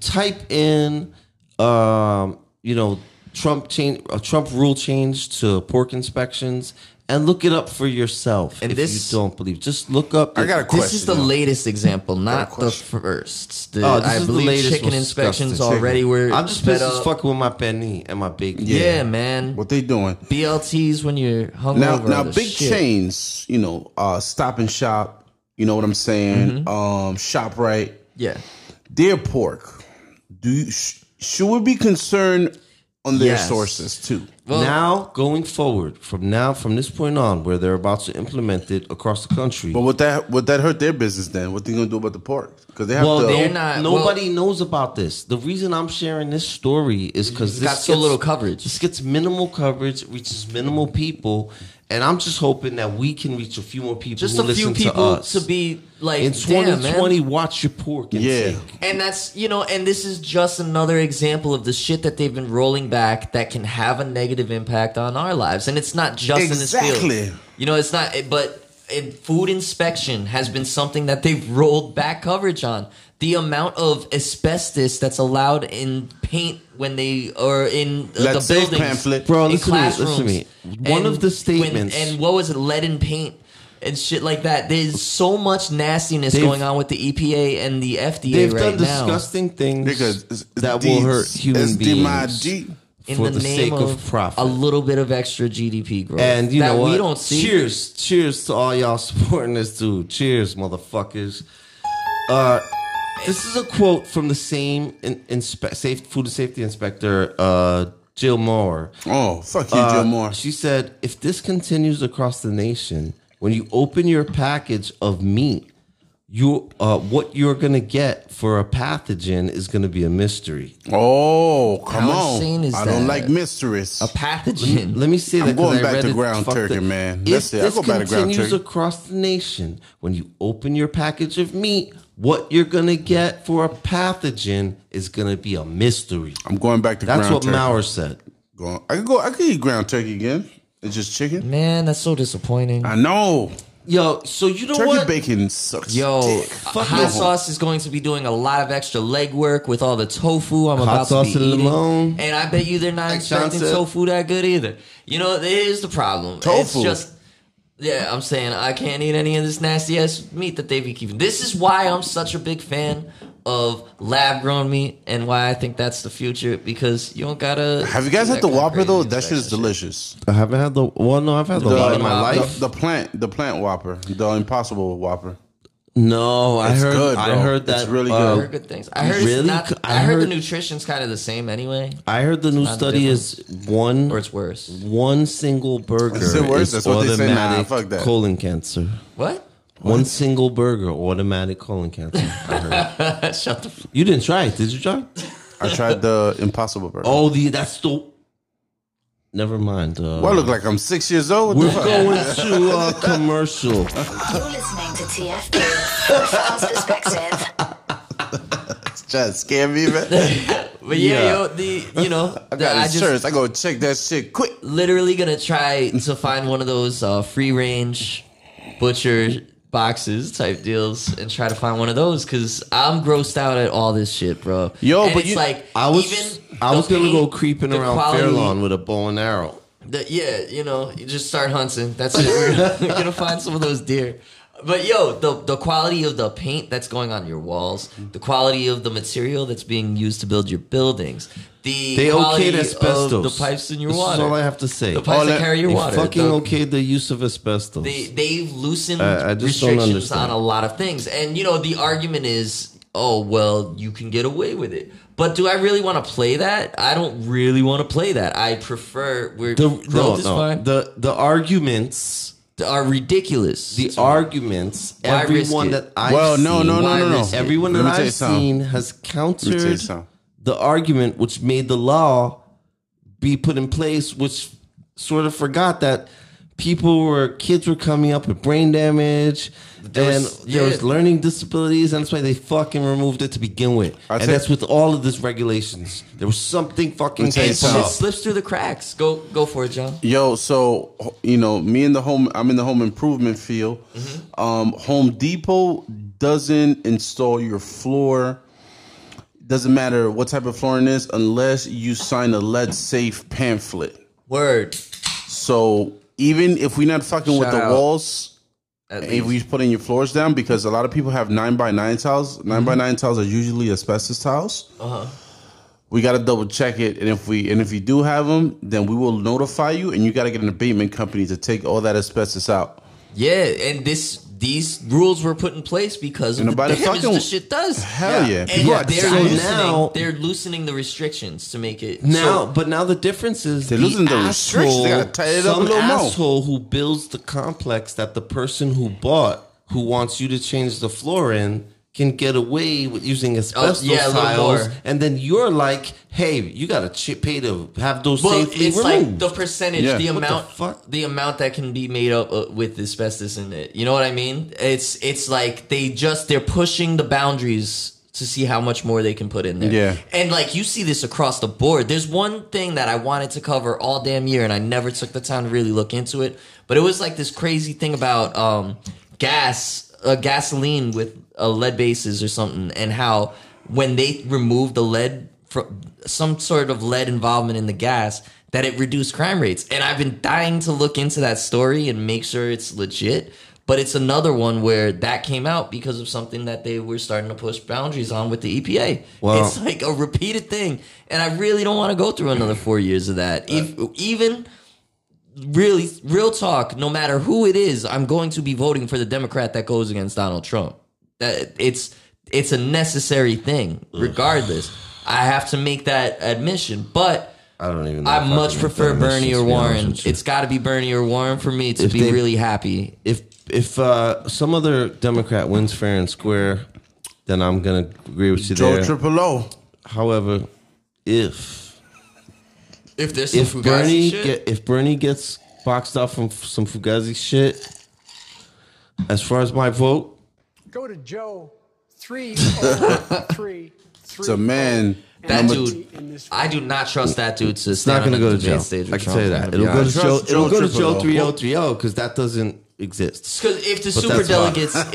type in, um, you know, Trump change, uh, Trump rule change to pork inspections, and look it up for yourself.
And
if
this-
you don't believe, just look up.
I got a
This is
question.
the
though.
latest example, not the first. The-
Oh, this
I
is the
believe
latest
chicken
was
inspections
disgusting.
already were.
I'm just
sped
pissed as
up.
fuck with my penny and my bacon.
uh, Yeah,
Yeah.
man.
what they doing.
BLTs when you're hungover.
now
are
now
the
big
shit.
chains you know uh stop and shop you know what i'm saying um shop right
Yeah.
deer pork do you, sh- should we be concerned on their
Yes.
sources too
Well-
now going forward, from now from this point on, where they're about to implement it across the country.
but would that would that hurt their business then what they gonna do about the pork because they have
well,
to
they're
not- well-
Nobody knows about this. The reason I'm sharing this story is because this
got so little coverage.
This gets minimal coverage, reaches minimal people, and I'm just hoping that we can reach a few more people.
Just
who
a few
listen
people
to,
to,
us.
be like
in
"Damn, man."
2020. Watch your pork. And
Yeah.
take.
And that's, you know, and this is just another example of the shit that they've been rolling back that can have a negative impact on our lives. And it's not just in this
Exactly.
field. You know, it's not, it- but it, food inspection has been something that they've rolled back coverage on. The amount of asbestos that's allowed in paint when they are in uh,
Let's
the
save
buildings,
pamphlet.
Bro,
in
listen to me, listen to
classrooms,
me. One of the statements-
and what was it? Lead and paint. And shit like that. There's so much nastiness
They've-
going on with the EPA and the FDA
They've
right
done
now.
disgusting things
because it's- it's
that
D-
will hurt
it's
human
D- my
beings
D.
in
for
the, name
sake
of,
of profit.
a little bit of extra GDP growth.
And you
that
know what?
we don't see.
Cheers, cheers to all y'all supporting this dude. Cheers, motherfuckers. Uh, this is a quote from the same in, inspe- safe, food safety inspector, uh, Jill Moore.
oh fuck you
Uh,
joe moore
She said, if this continues across the nation, when you open your package of meat, you uh, what you're gonna get for a pathogen is gonna be a mystery.
oh come
How
on
insane is
i don't
that?
like mysteries
Pathogen.
Let me say that.
I'm
'cause
going
I
back
read
to
it
ground
fucked
turkey,
up.
man.
If
That's it. I
this
go back to ground
continues
turkey.
across the nation, when you open your package of meat, what you're gonna get for a pathogen is gonna be a mystery.
i'm going back to
That's
ground
what
turkey
Maurer said.
Going- i could go i could eat ground turkey again it's just chicken
Man, that's so disappointing.
i know
Yo, so you know
turkey
what?
bacon sucks
Yo, uh,
dick.
hot
no.
sauce is going to be doing a lot of extra legwork with all the tofu I'm about
sauce
to
and
be eating,
limon.
and I bet you they're not
Sean
expecting
said.
tofu that good either. You know, here's the problem. It's
Tofu.
just. Yeah, I'm saying I can't eat any of this nasty ass meat that they be keeping. This is why I'm such a big fan of lab grown meat and why I think that's the future because you don't gotta.
Have you guys
do
had the
that kinda
Whopper
crazy
though? That shit
inspection
is delicious.
I haven't had the well. No, I've had the,
The,
lot in my
Whopper.
life.
the, the plant, the plant Whopper, the Impossible Whopper.
no, I
It's
heard.
good,
I
bro.
heard that
It's really
I
uh,
heard good things. I heard it's
Really?
not-
I
I heard the
heard-
nutrition's kind of the same anyway,
I heard the new
not
study is one
or it's
Mm.
worse.
one single burger
Is it worse? That's what they say. Nah,
automatic
fuck that.
colon cancer.
What?
One single burger, automatic colon cancer. I heard.
Shut the f-
you didn't try it, did you, John?
I tried the Impossible Burger.
Oh, the that's the. Never mind. Uh,
Well, I look like I'm six years old. What the
we're
fuck?
going to uh, commercial.
You're listening to TFP, the Fans Perspective.
Just scare me, man.
But yeah,
Yeah.
yo, the you know,
I
the-
got
I
insurance.
just
I go check that shit quick.
literally gonna try to find one of those uh, free range butcher boxes type deals and try to find one of those because I'm grossed out at all this shit, bro.
Yo,
And
but
it's
you-
like
I was
even
I
the
was gonna go
paint,
creeping
the
around
quality,
Fairlawn with a bow and arrow.
The, yeah, you know, you just start hunting. That's it. We're, we're gonna find some of those deer. But yo, the the quality of the paint that's going on your walls, the quality of the material that's being used to build your buildings, the
They
quality
okayed asbestos.
of the pipes in your
this
water.
Is all I have to say.
The pipes
All
that
that-
carry your
they
water.
fucking
the-
okayed the use of asbestos.
they they've loosened
I- I just don't
restrictions
understand.
on a lot of things, and you know the argument is, oh well, you can get away with it. But do I really want to play that? I don't really want to play that. I prefer we're
the
growth is
no, no.
fine.
the the arguments
are ridiculous.
the arguments,
Why risk
everyone
it?
that I've
Well, no,
seen,
no, no,
why
no, no.
risk it?
everyone that
Let me tell you
I've
something.
seen has
Let me tell you
countered
something.
the argument which made the law be put in place, which sort of forgot that people were kids were coming up with brain damage and
was-
there was
yeah.
learning disabilities, and that's why they fucking removed it to begin with.
I'll
and
tell-
that's with all of these regulations. There was something fucking
tell you
came
something.
Shit
up.
slips through the cracks. Go go for it, John.
Yo, so you know, me and the home, I'm in the home improvement field.
Mm-hmm.
Um, home Depot doesn't install your floor. Doesn't matter what type of flooring it is, unless you sign a lead safe pamphlet.
Word.
So even if we're not fucking with
Shout
the
out.
walls,
At
if
least.
we putting your floors down, because a lot of people have nine by nine tiles. 9
Mm-hmm.
by nine tiles are usually asbestos tiles.
Uh-huh.
We gotta double check it, and if we and if you do have them, then we will notify you, and you gotta get an abatement company to take all that asbestos out.
Yeah, and this these rules were put in place because
And
of the
nobody
damage
fucking-
the shit does.
Hell yeah.
And
People are
they're
dying.
loosening,
Now-
they're loosening the restrictions to make it
Now,
so-
but now the difference is
They
the
loosen the
asshole,
restrictions. They gotta tighten it up a
some
little more.
asshole who builds the complex that the person who bought, who wants you to change the floor in, can get away with using asbestos
Oh, yeah, a little
tiles,
more.
and then you're like, "Hey, you gotta ch- pay to have those
Well,
safely
it's like
removed."
the percentage,
Yeah.
the
What
the
amount, the,
fuck?
amount that can be made up uh, with asbestos in it. You know what I mean? It's it's like they just they're pushing the boundaries to see how much more they can put in there.
Yeah.
and like you see this across the board. There's one thing that I wanted to cover all damn year, and I never took the time to really look into it. But it was like this crazy thing about um, gas, uh, gasoline with uh, lead bases or something, and how when they removed the lead from some sort of lead involvement in the gas, that it reduced crime rates. And I've been dying to look into that story and make sure it's legit. But it's another one where that came out because of something that they were starting to push boundaries on with the EPA.
Wow.
It's like a repeated thing, and I really don't want to go through another four years of that. If, even really, real talk, no matter who it is, I'm going to be voting for the Democrat that goes against Donald Trump. That it's it's a necessary thing, regardless. I have to make that admission, but.
I don't even. know if
I
can
much
make
prefer
that
Bernie
admission,
or
to be honest
Warren.
with you.
It's got to be Bernie or Warren for me to
If
be
they-
really happy.
if if uh, some other Democrat wins fair and square, then I'm gonna agree with you
Joe
there.
Triple O.
However, if
If there's
if Bernie get, if Bernie gets boxed out from f- some Fugazi shit, as far as my vote,
Go to Joe three oh three three.
It's a man.
that
Number-
dude, I do not trust that dude to.
it's not going to go to jail.
Stage
I
with
can
Trump,
tell you
I'm
that
gonna be
it'll go to
honest.
honest.
Joe.
Trust
It'll
Joe
go to
Triple
Joe
O.
three zero three zero because that doesn't exist.
'Cause if the
But that's fine.
superdelegates,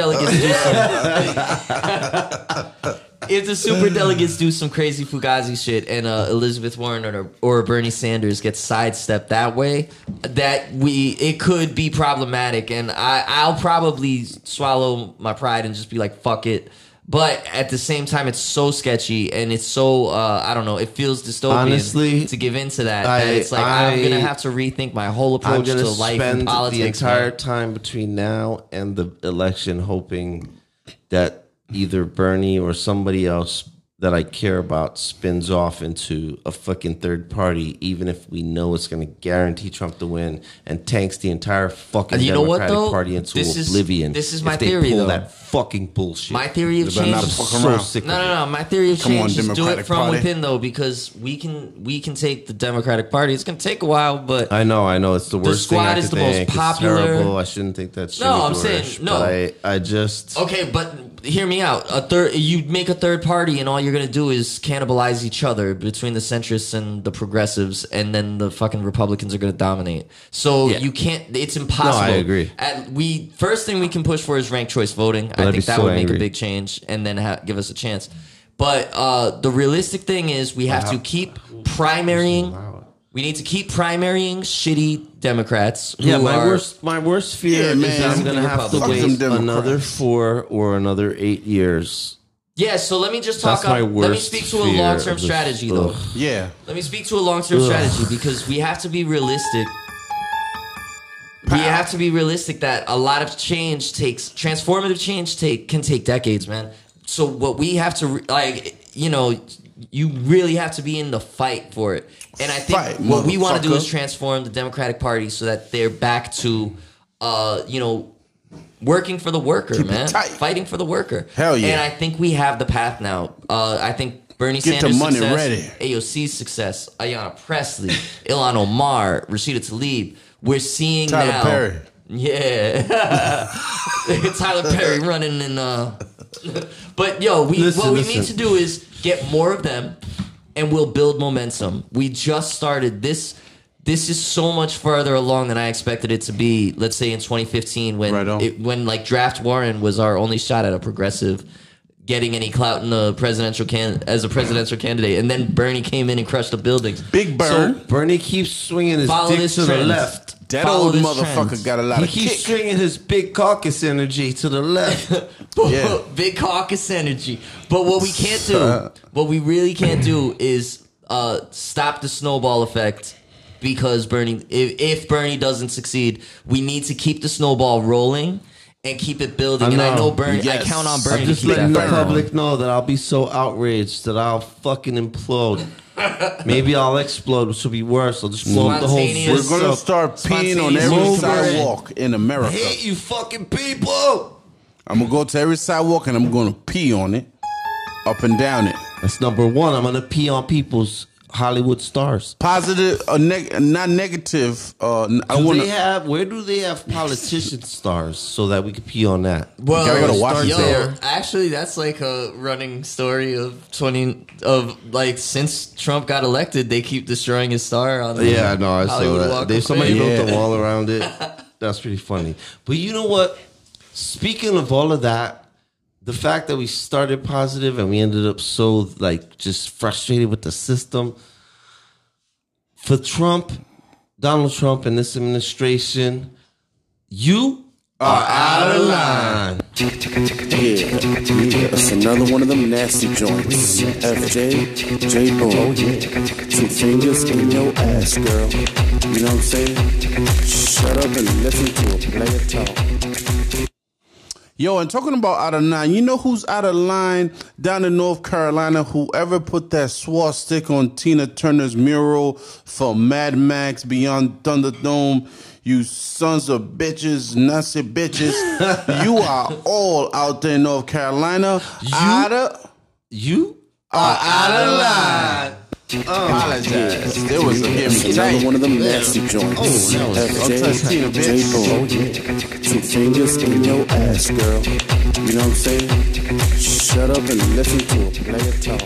if the superdelegates do some, if the superdelegates do some crazy fugazi shit, and uh, Elizabeth Warren or or Bernie Sanders gets sidestepped that way, that we it could be problematic, and I I'll probably swallow my pride and just be like fuck it. But at the same time, it's so sketchy and it's so uh, I don't know. It feels dystopian
Honestly,
to give into that.
I-
that it's like I, am
I-
gonna have to rethink my whole
I'm
approach
going
to
to
life and
spend the
politics. man.
entire time between now and the election hoping that either Bernie or somebody else that I care about spins off into a fucking third party, even if we know it's going to guarantee Trump to win and tanks the entire fucking
And you know what,
Democratic
though?
Party into
This is-
oblivion.
this is
if
my
they
theory,
pull
though.
that fucking bullshit.
My theory of
better
change.
not
I'm
is-
fuck
so
around.
sick.
No,
of it.
no, no. My theory of
Come
change
on,
is do it
Democratic
from
Party.
within, though, because we can we can take the Democratic Party. It's gonna take a while, but
I know, I know. It's the worst thing
squad
I could
is the most
think.
popular-
It's terrible. I shouldn't think that shit.
No, I'm saying- no. Oh,
I, I just.
okay. But hear me out. A third, you make a third party, and all you're gonna do is cannibalize each other between the centrists and the progressives, and then the fucking Republicans are gonna dominate. So you can't. It's impossible.
agree.
At, we first thing we can push for is ranked choice voting. I
I'd
think
be
that
so
would make
angry.
a big change, and then ha- give us a chance. But uh, the realistic thing is, we have to keep primarying. We need to keep primarying shitty Democrats. Who
Yeah, my
are,
worst my worst fear
Yeah,
is
man.
that I'm gonna have to
Fuck
wait
them Democrats.
another four or another eight years.
Yeah, so let me just talk.
That's my
up- let me
worst
speak to a
fear
long
of
term
this-
strategy,
Ugh.
though.
Yeah.
Let me speak to a long term strategy because we have to be realistic. We have to be realistic that a lot of change takes transformative change take can take decades, man. So what we have to re- like, you know, you really have to be in the fight for it. And I think
Fight,
what we want to do
motherfucker.
is transform the Democratic Party so that they're back to uh, you know, working for the worker, man,
tight.
fighting for the worker.
Hell yeah.
And I think we have the path now. Uh, I think Bernie
Get the
Sanders'
money
success,
ready.
AOC's success, Ayanna Presley, Ilan Omar, Rashida Tlaib. We're seeing
Tyler
now.
Perry.
Yeah, Tyler Perry running in. Uh, but yo, we
Listen,
what we
listen.
need to do is get more of them, and we'll build momentum. We just started this. This is so much further along than I expected it to be. Let's say in 2015, when
Right on.
it, when like draft Warren was our only shot at a progressive getting any clout in the presidential can as a presidential candidate, and then Bernie came in and crushed the buildings.
Big
So,
Burn.
Bernie keeps swinging his
Follow
dick
this
to the
trend.
left.
That
Follow
old
this
motherfucker
trend.
got a lot
He
of kick.
keeps swinging his big caucus energy to the left.
Yeah.
big caucus energy. But what we can't do, what we really can't do, is uh, stop the snowball effect. Because Bernie, if, if Bernie doesn't succeed, we need to keep the snowball rolling and keep it building.
I
and I
know.
know Bernie. I
Yes.
count on Bernie.
I'm just
to keep
letting
that
the
fire going.
public know that I'll be so outraged that I'll fucking implode. Maybe I'll explode, which will be worse. I'll just blow up the whole
Spontaneous.
Swiss
We're gonna
up.
start peeing on
Spontaneous
every
movement.
sidewalk in America.
Hate you fucking people.
I'm gonna go to every sidewalk and I'm gonna pee on it, up and down it.
That's number one. I'm gonna pee on people's Hollywood stars.
Positive or neg- not negative. Uh, n- I
Do
want
they
to.
have where do they have politician stars so that we could pee on that?
Well,
gotta go to
it starts
Washington.
there. Actually, that's like a running story of twenty of like since Trump got elected, they keep destroying his star on. The
Yeah, I know. I saw
Hollywood Walk
that.
of
They, somebody
Fame.
built a
Yeah.
wall around it. That's pretty funny. But you know what? Speaking of all of that, the fact that we started positive and we ended up so like just frustrated with the system for Trump, Donald Trump, and this administration, you are out of line.
It's another one of them nasty joints. FJ, J Boom. Some fingers in your ass, girl. You know what I'm saying? Shut up and listen to a player talk.
Yo, and talking about out of line, you know who's out of line down in North Carolina? Whoever put that swastika on Tina Turner's mural for Mad Max Beyond Thunderdome, you sons of bitches, nasty bitches. you are all out there in North Carolina. out of,
You
are out of line. Apologize. There was a give me
Another
tight.
one of them nasty joints.
Oh, that was- I'll touch Tina,
FJ, J
bitch.
Boom. Some fingers in your ass, girl. You know what I'm saying? Shut up and listen to a player talk.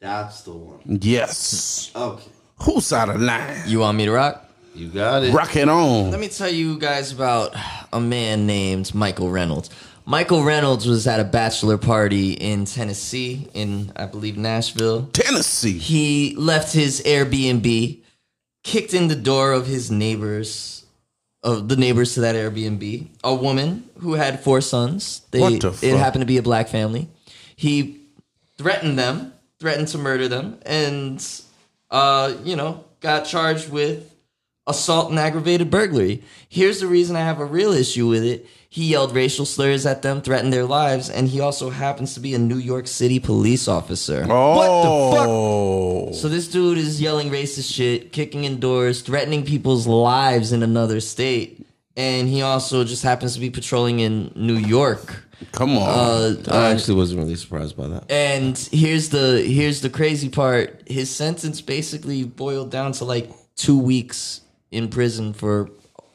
that's the one.
Yes.
Okay.
Who's out of line?
You want me to rock?
You got it.
Rock it
Let
on.
me tell you guys about a man named Michael Reynolds. Michael Reynolds was at a bachelor party in Tennessee, in I believe Nashville.
Tennessee.
He left his Airbnb, kicked in the door of his neighbors, of the neighbors to that Airbnb. A woman who had four sons. They,
What the
It
fuck?
happened to be a black family. He threatened them, threatened to murder them, and uh, you know, got charged with assault and aggravated burglary. Here's the reason I have a real issue with it. He yelled racial slurs at them, threatened their lives, and he also happens to be a New York City police officer.
Oh. What the fuck?
So this dude is yelling racist shit, kicking in doors, threatening people's lives in another state, and he also just happens to be patrolling in New York.
Come on.
Uh,
I actually wasn't really surprised by that.
and here's the here's the crazy part. His sentence basically boiled down to like two weeks in prison for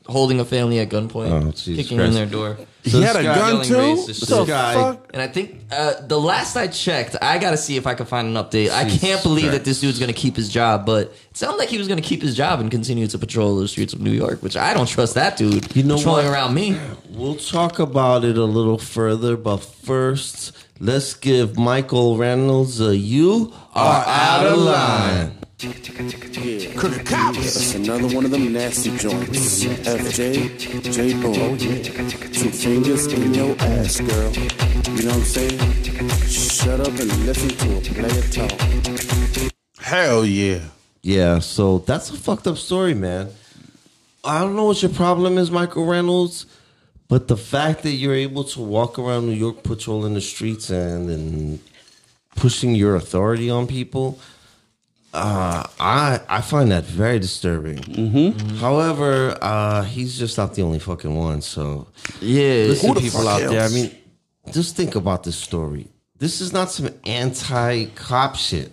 holding a family at gunpoint,
Oh, Jesus
kicking in
Christ.
their door.
he had a
this guy
gun
yelling
too?
racist
What
shit.
the
This guy-
fuck?
And I think uh, the last I checked, I gotta see if I can find an update. I
Jesus
can't believe
Christ.
that this dude's gonna keep his job, but it sounded like he was gonna keep his job and continue to patrol the streets of New York, which I don't trust that dude.
You know
patrolling
what?
around me.
We'll talk about it a little further, but first, let's give Michael Reynolds a you are out of line.
Crooked cops.
It's another one of them nasty joints. FJ, J Boom. Some fingers in your ass, girl. You know what I'm saying? Shut up and listen to a player talk.
Hell yeah.
Yeah, so that's a fucked up story, man. I don't know what your problem is, Michael Reynolds, but the fact that you're able to walk around New York patrolling the streets and, and pushing your authority on people, uh, I I find that very disturbing. However, uh, he's just not the only fucking one. So
Yeah.
listen,
the
people
fuck
out there. I
else?
mean, just think about this story. This is not some anti-cop shit.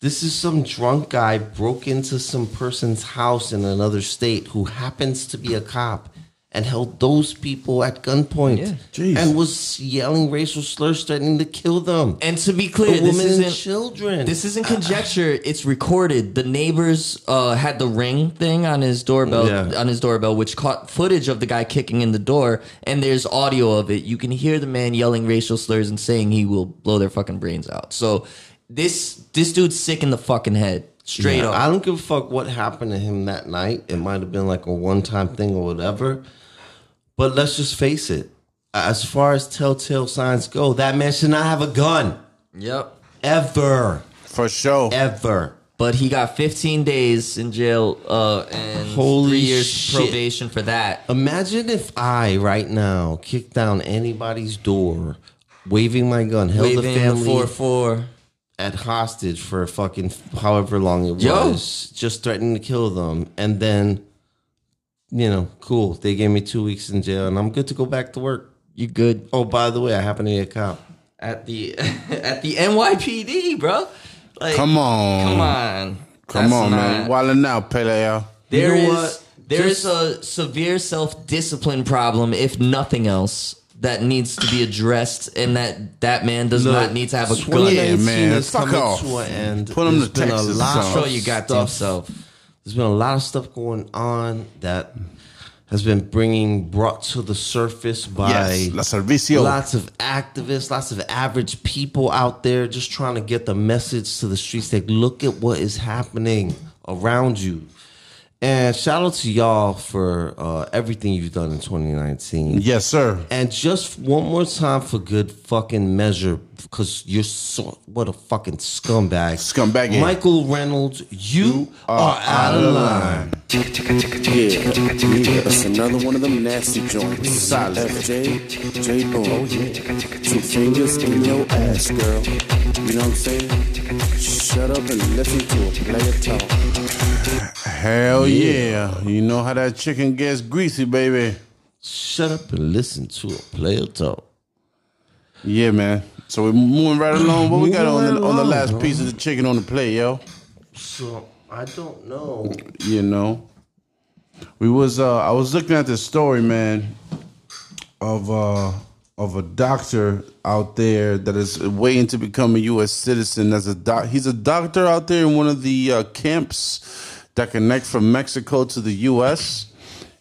This is some drunk guy broke into some person's house in another state who happens to be a cop and held those people at gunpoint
Jeez.
and was yelling racial slurs, threatening to kill them.
And to be
The
clear, this
women and
isn't
children.
this isn't conjecture. It's recorded. The neighbors uh, had the ring thing on his doorbell
Yeah.
on his doorbell, which caught footage of the guy kicking in the door, and there's audio of it. You can hear the man yelling racial slurs and saying he will blow their fucking brains out. So this this dude's sick in the fucking head, straight
Yeah,
up.
I don't give a fuck what happened to him that night. It might have been like a one time thing or whatever. But let's just face it. As far as telltale signs go, that man should not have a gun.
yep.
Ever.
for sure.
Ever.
But he got 15 days in jail uh, and
Holy
three years
shit.
probation for that.
Imagine if I right now kicked down anybody's door, waving my gun, held
Waving
the family
four four.
at hostage for fucking however long it
Yo.
was, just threatening to kill them, and then, you know, cool. They gave me two weeks in jail, and I'm good to go back to work.
You good?
Oh, by the way, I happen to be a cop.
at the at the NYPD, bro. Like,
Come on.
come Mm. on,
Come
That's
on, man.
not-
Wildin' out, Pele.
There
You know
is
what?
there is
Just-
a severe self discipline problem, if nothing else, that needs to be addressed, and that that man does not need to have a gun.
2018
Yeah, man.
is
Fuck
coming
off.
to an end.
Put 'em
There's
to
been a
Texas or
lot of
something.
Control your goddamn
stuff-
self.
There's been a lot of stuff going on that has been bringing brought to the surface by
Yes, La Servicio.
Lots of activists, lots of average people out there just trying to get the message to the streets. Like, look at what is happening around you. And shout out to y'all for uh, everything you've done in 2019.
Yes, sir.
And just one more time for good fucking measure, because you're so what a fucking scumbag.
Scumbag, yeah.
Michael Reynolds, you are out of line.
Yeah, yeah, that's another one of them nasty joints. Solid. FJ, J Boom. Some changes in your ass, girl. You know what I'm saying? Shut up and listen to a player talk.
Hell yeah. You know how that chicken gets greasy, baby.
Shut up and listen to a player talk.
Yeah, man. So we're moving right along. What we got on
Moving
the, on the
along,
last
bro.
piece of the chicken on the plate, yo?
So I don't know.
you know we was uh i was looking at this story man of uh of a doctor out there that is waiting to become a u.s citizen as a doc he's a doctor out there in one of the uh, camps that connect from mexico to the u.s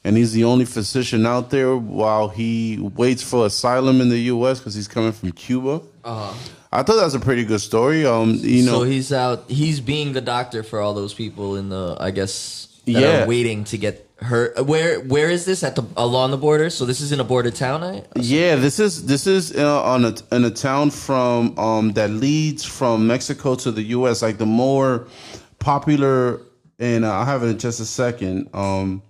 and he's the only physician out there while he waits for asylum in the u.s because he's coming from cuba uh-huh. i thought that was a pretty good story um you know
so he's out. He's being the doctor for all those people in the, I guess, that
Yeah.
are waiting to get her. Where where is this at the along the border? So this is in a border town, I
Yeah, this is this is uh, on a in a town from um, that leads from Mexico to the U.S. Like the more popular, and uh, I have it in just a second. Um,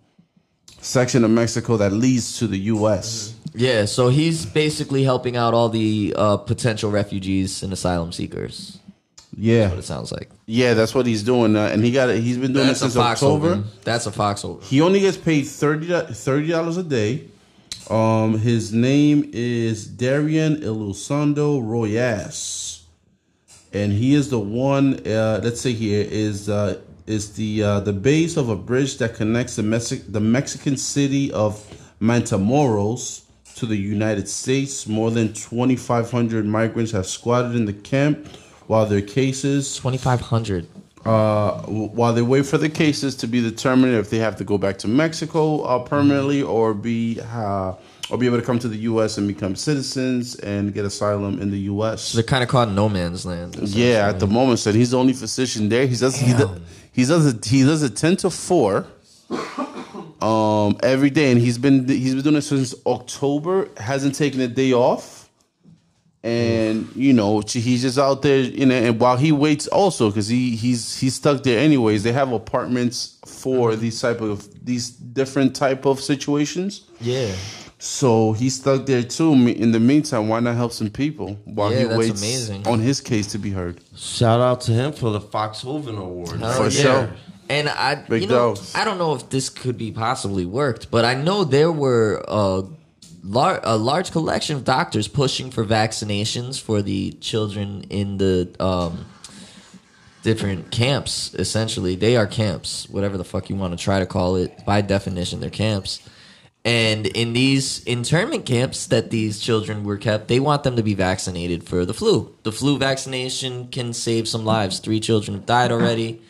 section of Mexico that leads to the
Mm-hmm.
U.S.
Yeah, so he's basically helping out all the uh, potential refugees and asylum seekers.
Yeah,
It sounds like
yeah, that's what he's doing, uh, and he got it. He's been doing
that's
it
a
since October.
foxhole. That's a foxhole.
He only gets paid 30 dollars a day. Um, his name is Darian Ilusondo Royas, and he is the one. Uh, let's see here is uh, is the uh, the base of a bridge that connects the Mexic the Mexican city of Matamoros to the United States. More than twenty five hundred migrants have squatted in the camp, while their cases
Twenty five hundred.
uh, while they wait for the cases to be determined if they have to go back to Mexico uh, permanently or be uh, or be able to come to the U.S. and become citizens and get asylum in the U.S.
They're kind of called no man's land.
Yeah, at the moment, said he's the only physician there. He does he does,
Damn.
he does a, he does a ten to four. Um, every day, and he's been he's been doing it since October. Hasn't taken a day off and you know she- he's just out there you know and while he waits also because he he's he's stuck there anyways they have apartments for these type of these different type of situations
Yeah.
So he's stuck there too. Me- In the meantime, why not help some people while
Yeah,
he
that's
waits
amazing.
on his case to be heard?
Shout out to him for the Fox Hoven Award.
Hell
For
Oh, yeah.
sure.
And I,
Big
you know,
dogs.
I don't know if this could be possibly worked, but I know there were a, lar- a large collection of doctors pushing for vaccinations for the children in the um, different camps. Essentially, they are camps, whatever the fuck you want to try to call it. By definition, they're camps. And in these internment camps that these children were kept, they want them to be vaccinated for the flu. The flu vaccination can save some lives. Three children have died already.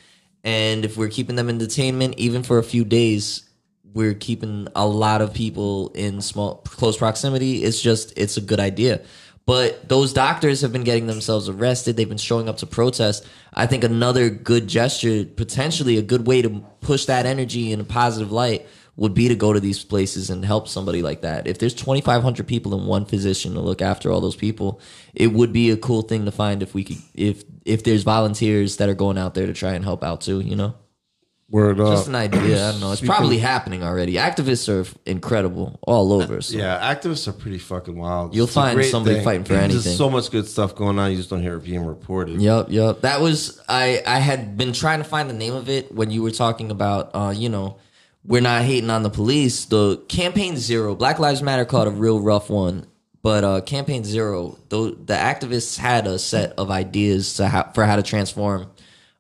And if we're keeping them in detainment, even for a few days, we're keeping a lot of people in small, close proximity. It's just, it's a good idea. But those doctors have been getting themselves arrested. They've been showing up to protest. I think another good gesture, potentially a good way to push that energy in a positive light, would be to go to these places and help somebody like that. If there's 2,500 people and one physician to look after all those people, it would be a cool thing to find if we could, if if there's volunteers that are going out there to try and help out too. You know,
Word
Uh,
just an idea. I don't know. It's probably happening already. Activists are incredible all over. So.
Yeah, activists are pretty fucking wild.
You'll
It's a
find
great
somebody fighting for anything.
There's so much good stuff going on. You just don't hear it being reported.
Yep, yep. That was I. I had been trying to find the name of it when you were talking about, uh, you know, we're not hating on the police. The campaign zero, Black Lives Matter, called a real rough one. But uh, campaign zero, though the activists had a set of ideas to how, for how to transform,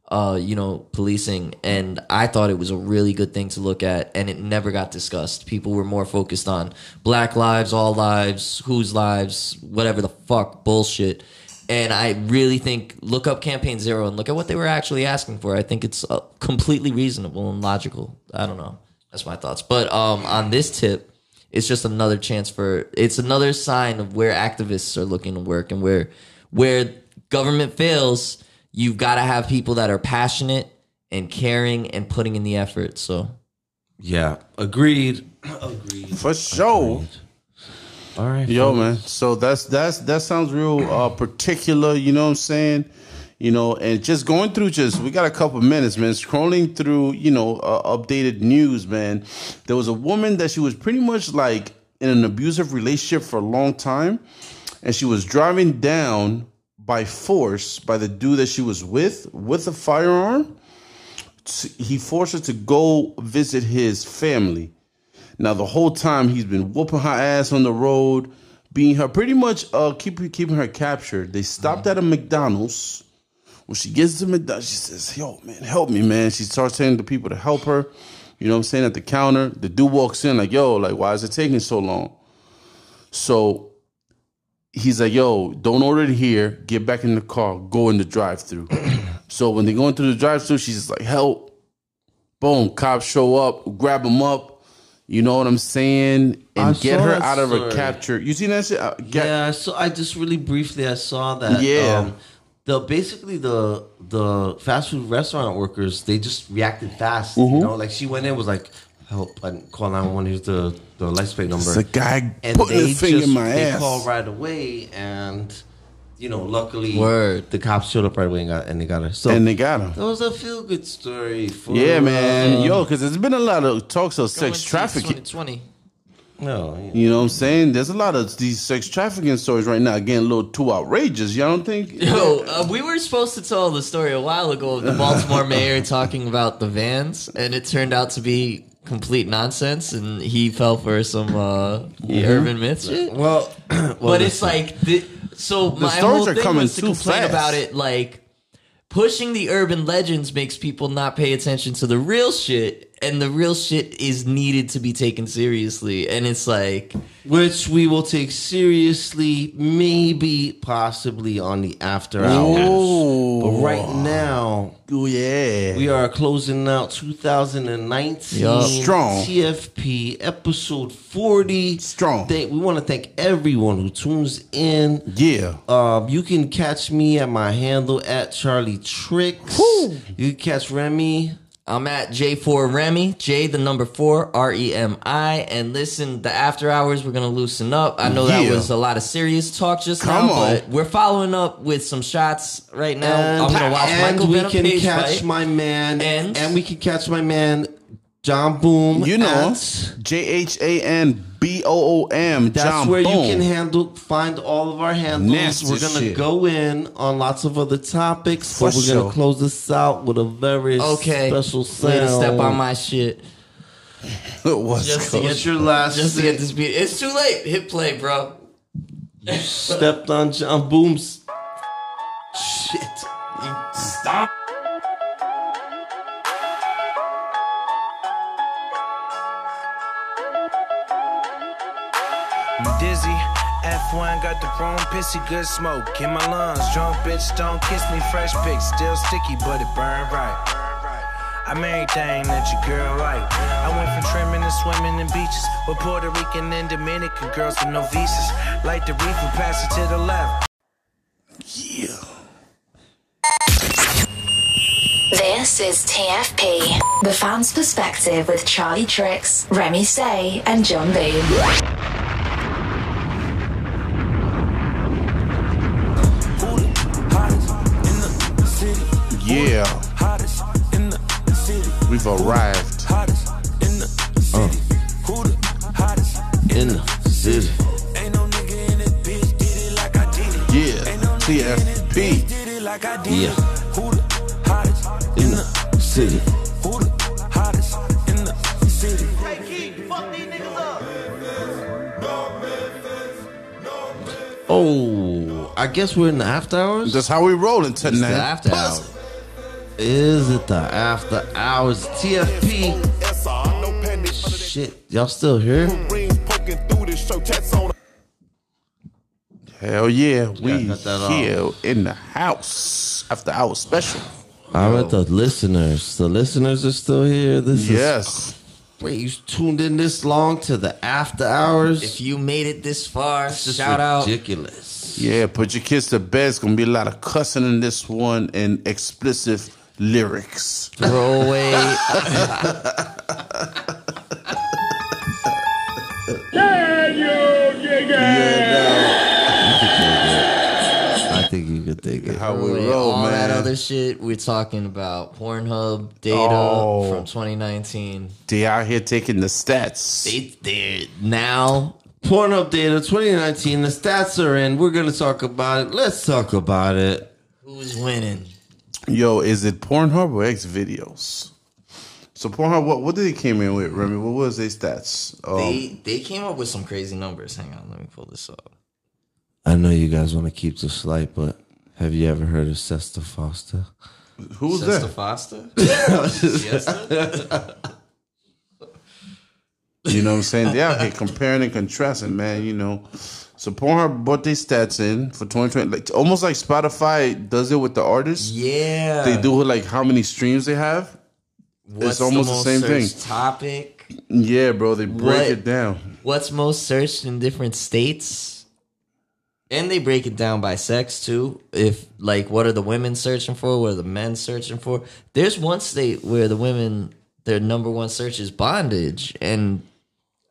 uh, you know, policing, and I thought it was a really good thing to look at, and it never got discussed. People were more focused on Black lives, all lives, whose lives, whatever the fuck bullshit. And I really think look up Campaign Zero and look at what they were actually asking for. I think it's uh, completely reasonable and logical. I don't know. That's my thoughts. But um, on this tip, it's just another chance for it's another sign of where activists are looking to work and where where government fails. You've got to have people that are passionate and caring and putting in the effort. So
Yeah, agreed. agreed.
For sure. Um,
All right.
Yo, man. So that's that's that sounds real uh, particular. You know what I'm saying? You know, and just going through just we got a couple minutes, man. Scrolling through, you know, uh, updated news, man. There was a woman that she was pretty much like in an abusive relationship for a long time, and she was driving down by force by the dude that she was with with a firearm. He forced her to go visit his family. Now the whole time he's been whooping her ass on the road, being her pretty much uh keep keeping her captured. They stopped at a McDonald's. When she gets to McDonald's, she says, "Yo, man, help me, man." She starts telling the people to help her. You know what I'm saying? At the counter, the dude walks in like, "Yo, like, why is it taking so long?" So he's like, "Yo, don't order it here. Get back in the car. Go in the drive-through." so when they go into the drive-through, she's just like, "Help!" Boom, cops show up, grab them up. You know what I'm saying? And
I
get
saw
her
that
out of her
story.
capture. You seen that shit? Uh, get-
Yeah, so I just really briefly I saw that. um,
Yeah.
the basically the the fast food restaurant workers they just reacted fast.
Mm-hmm.
You know, like she went in was like, "Help! I call nine one one. Here's the the license plate number."
It's a guy
and
putting
they
his finger
just
in my
they
ass.
called right away and. You know, luckily,
Word.
the cops showed up right away and got and they got her. So
And they got him.
That was a feel good story. For,
Yeah, man.
uh,
Yo, because there's been a lot of talks of sex trafficking.
Twenty.
No,
You know what I'm saying? There's a lot of these sex trafficking stories right now getting a little too outrageous. Y'all don't think?
Yo, uh, we were supposed to tell the story a while ago of the Baltimore mayor talking about the vans, and it turned out to be complete nonsense, and he fell for some uh, urban myth shit.
well, well,
but it's like, the, so my
stories
whole
are
thing
coming
was to
too
complain
fast.
about it, like pushing the urban legends makes people not pay attention to the real shit, and the real shit is needed to be taken seriously, and it's like.
which we will take seriously, maybe possibly on the after hours.
Oh.
But right now,
Oh, yeah.
we are closing out 2019
Yup.
Strong.
TFP episode 40.
Strong.
Thank- we want to thank everyone who tunes in.
yeah.
Um, you can catch me at my handle at Charlie Tricks.
Woo.
You can catch Remy.
I'm at J4 Remy, J the number four, R E M I. And listen, the after hours, we're going to loosen up. I know
Yeah.
that was a lot of serious talk just
Come
now,
on.
but we're following up with some shots right now. I'm
And,
going to watch
and
Michael
we
Venom
can
Page
catch
fight.
my man.
And-
And we can catch my man, John Boom.
You know,
at-
J H A N B O O M.
That's
John
where
Boom.
you can handle find all of our handles.
Nasty
we're gonna
shit.
go in on lots of other topics, but
For
we're
sure.
gonna close this out with a very
Okay.
special
Way to
sound.
step on my shit.
What's
Just to
going-
What's your last?
Just to get
this
this beat. It's too late. Hit play, bro.
stepped on John Boom's shit.
I'm dizzy. F1 got the wrong pissy, good smoke in my lungs. Drunk bitch, don't kiss me. Fresh pick, still sticky, but it burn right. I'm everything that your girl like. I went from trimming and swimming in beaches with Puerto Rican and Dominican girls with no visas. Light the reefer, pass it to the left.
This is TFP, the fan's perspective with Charlie Tricks, Remy Say, and John Boom.
Yeah. We've arrived.
In the city.
Yeah. TFP.
Yeah. In the city. Oh, I guess we're in the after hours.
That's how we rolling
It's the
tonight.
after hour.
Is it the after hours TFP? Shit, y'all still here?
Hell yeah. We
cut that uh, off.
here in the house after our special.
I'm at the listeners. The listeners are still here. This is
Yes.
wait, you tuned in this long to the after hours?
If you made it this far,
This is
shout out.
ridiculous.
Yeah, put your kids to bed. It's gonna be a lot of cussing in this one and explicit lyrics.
Throw away.
I think you could take it.
How
throw
we
away
roll,
all
man.
that other shit. We're talking about Pornhub data
Oh.
from 2019.
they out here taking the stats.
They, they're now
Pornhub data 2019. The stats are in. We're gonna talk about it. Let's talk about it.
who's winning?
Yo, is it Pornhub or X videos? So Pornhub, what what did they came in with, Remy? What was their stats? Um,
They they came up with some crazy numbers. Hang on, let me pull this up.
I know you guys want to keep this light, but have you ever heard of Sesta Foster?
who was
Sesta
that?
Foster?
You know what I'm saying? They out here comparing and contrasting, man. You know, so Pornhub brought their stats in for 2020, like almost like Spotify does it with the artists.
Yeah.
They do like how many streams they have.
What's
almost the
most
same thing.
searched Topic.
Yeah, bro, they break
What?
it down.
What's most searched in different states? And they break it down by sex too. If like, what are the women searching for? What are the men searching for? There's one state where the women their number one search is bondage, and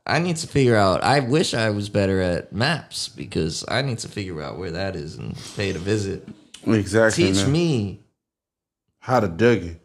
I need to figure out. I wish I was better at maps because I need to figure out where that is and pay it a visit.
Exactly.
Teach
man.
me,
how to dig it.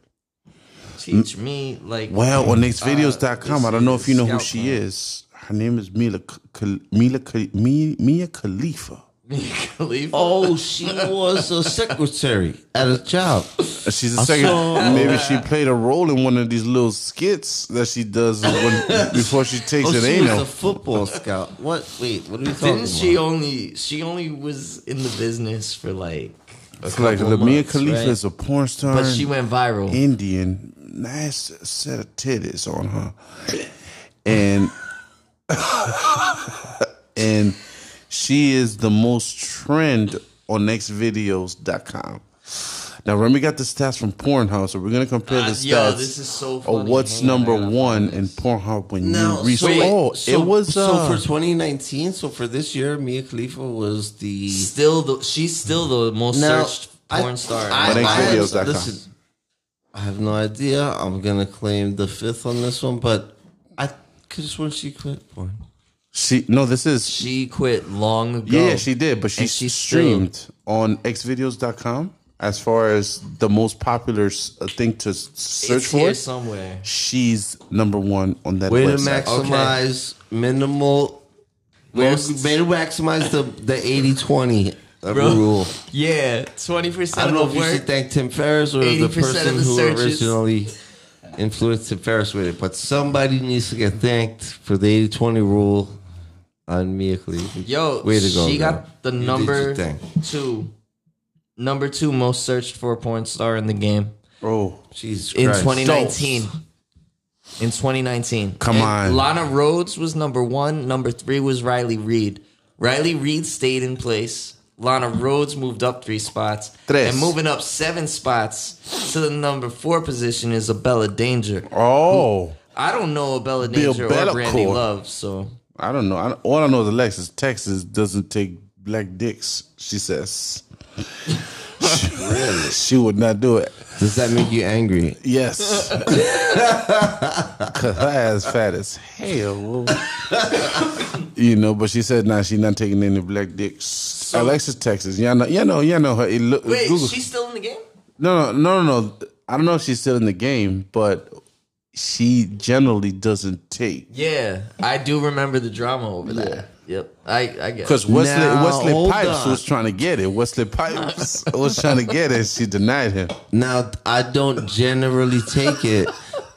teach me. Like, uh,
Well, on nextvideos.com, I don't know if you know who
Scout
she
Clan.
is. Her name is Mila K- Khal- Mila Khal- Mi- Mia Khalifa.
Khalifa.
Oh, she was a secretary at a job.
She's a second.
saw-
Maybe she played a role in one of these little skits that she does when, before she takes
Oh,
it
she was
anal.
a football scout. What? Wait, what are we talking
Didn't she
about?
only? She only was in the business for like a
It's like
couple
the Mia
months,
Khalifa
right?
is a porn star.
But
and
she went viral.
Indian. Nice set of titties on her, and and she is the most trend on nextvideos.com. Now, Remy got the stats from Pornhub, so we're gonna compare
Ah,
the stats.
yo, this is so
Of
funny.
what's
Hang on,
number
I gotta
one
find
in
this.
Pornhub when
No,
you reach?
so wait,
oh,
so-
it was
so
uh,
for 2019. So for this year, Mia Khalifa was the
Still, the, she's still the most
Now,
searched porn star.
But
I,
next
I-
videos dot com.
listen, I have no idea. I'm gonna claim the fifth on this one, but I could just when she quit porn.
she no, this is
she quit long ago.
yeah, she did, but she,
And she
streamed on xvideos.com as far as the most popular s- uh, thing to s- search
it's
for.
here somewhere.
She's number one on that
Way to
website.
maximize minimal. Way to, way to maximize the the 80 20
Bro.
rule.
Yeah, twenty
I don't
percent of
know if
the
you
work.
should thank Tim Ferriss or the
80% of
person
the
who
searches.
originally influenced Tim Ferriss with it, but somebody needs to get thanked for the 80 20 rule on Mia Khalifa.
Yo,
way to go.
she
girl.
got the
You did
number
your thing.
two, number two most searched for porn star in the game
Bro,
Jesus
in
Christ.
2019. In 2019,
Come
And
on.
Lana Rhodes was number one. Number three was Riley Reed. Riley Reed stayed in place. Lana Rhodes moved up three spots,
Tres.
and moving up seven spots to the number four position is Abella Danger.
oh,
I don't know Abella Danger
Bella
or Brandy
Core.
Love, so
I don't know. I, all I know is Alexis Texas doesn't take black dicks. She says she would not do it.
Does that make you angry?
Yes, cause her ass fat as hell. bro. you know, but she said, "Nah, she's not taking any black dicks." Alexis Texas, yeah, know, yeah, know, yeah, know her. It look,
wait,
Google.
she's still in the game.
No, no, no, no, no. I don't know if she's still in the game, but she generally doesn't take
Yeah, I do remember the drama over that. Yep, I I get.
because Wesley
Now,
Wesley
hold
Pipes
on.
was trying to get it. Wesley Pipes was trying to get it. She denied him.
Now, I don't generally take it.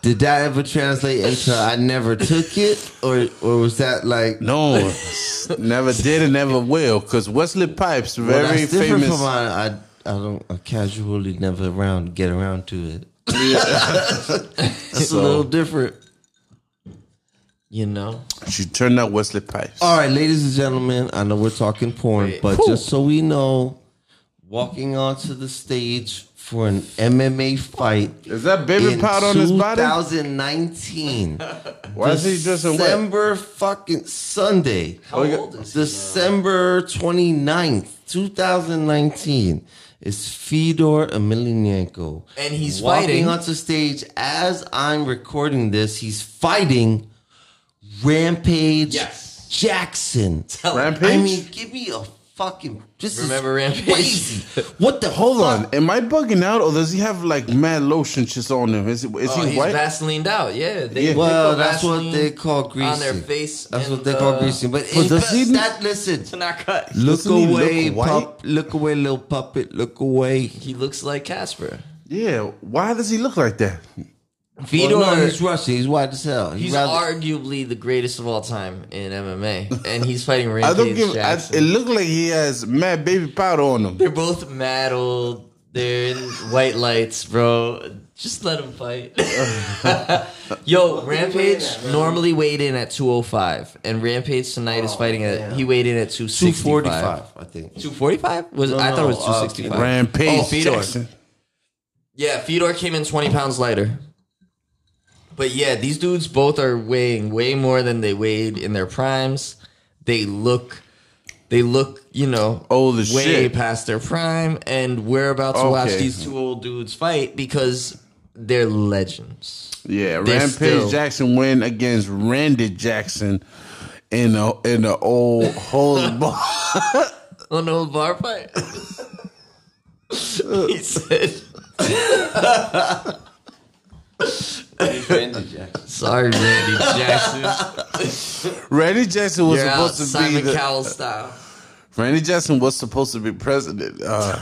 Did that ever translate into I never took it? Or or was that like
No, never did and never will. Because Wesley Pipes,
Well,
very
that's different
famous.
From I, I, I don't I casually never around get around to it. it's a little different.
you know,
she turned out Wesley Pipes.
Uh,
All right, ladies and gentlemen, I know we're talking porn, but just so we know, walking onto the stage for an MMA fight
Is that baby
in
powder on his body?
2019.
Why is he dressed in Oh, white?
December fucking Sunday.
how old is
December 29th, 2019, is Fedor Emelianenko.
And he's
walking
fighting.
onto stage as I'm recording this. He's fighting Rampage
Yes.
Jackson.
Rampage?
I mean, give me a fucking. This
Remember
is
Rampage?
Crazy. What the?
Hold on, am I bugging out or does he have like mad lotion just on him? Is, he- is
Oh,
he
he's
white?
Vaseline out. Yeah, they,
Yeah.
they
Well,
put
that's what
Vaseline
they call greasing.
on their face.
That's
and,
what they call
uh,
greasing. But,
But does
but
he-
that, listen.
To not cut.
Look
Doesn't he look
away,
white?
pup. Look away, little puppet. Look away.
He looks like Casper.
Yeah, why does he look like that?
Fedor.
Well, no, he's Russian. He's white as hell. He
He's
rather-
arguably the greatest of all time in MMA, and he's fighting
I
Rampage
don't give. I,
Jackson.
it looked like he has mad baby powder on him.
They're both mad old. They're in white lights, bro. Just let them fight. Yo, Rampage normally weighed in at 205, and Rampage tonight
Oh,
is fighting at he weighed in at
245,
245.
I think.
245 was I thought it was
no, uh,
265.
Rampage
Oh, Fedor.
Jackson.
Yeah, Fedor came in 20 pounds lighter. But yeah, these dudes both are weighing way more than they weighed in their primes. They look they look, you know,
Old as
way
shit.
past their prime and we're about to watch
Okay.
these two old dudes fight because they're legends.
Yeah,
They're
Rampage
still-
Jackson win against Randy Jackson in a in the old hole bar.
On old bar fight. he said, "Sorry, Randy Jackson.
Randy Jackson was
You're out,
supposed to
Simon
be the,
Cowell style."
Randy Jackson was supposed to be president. Uh,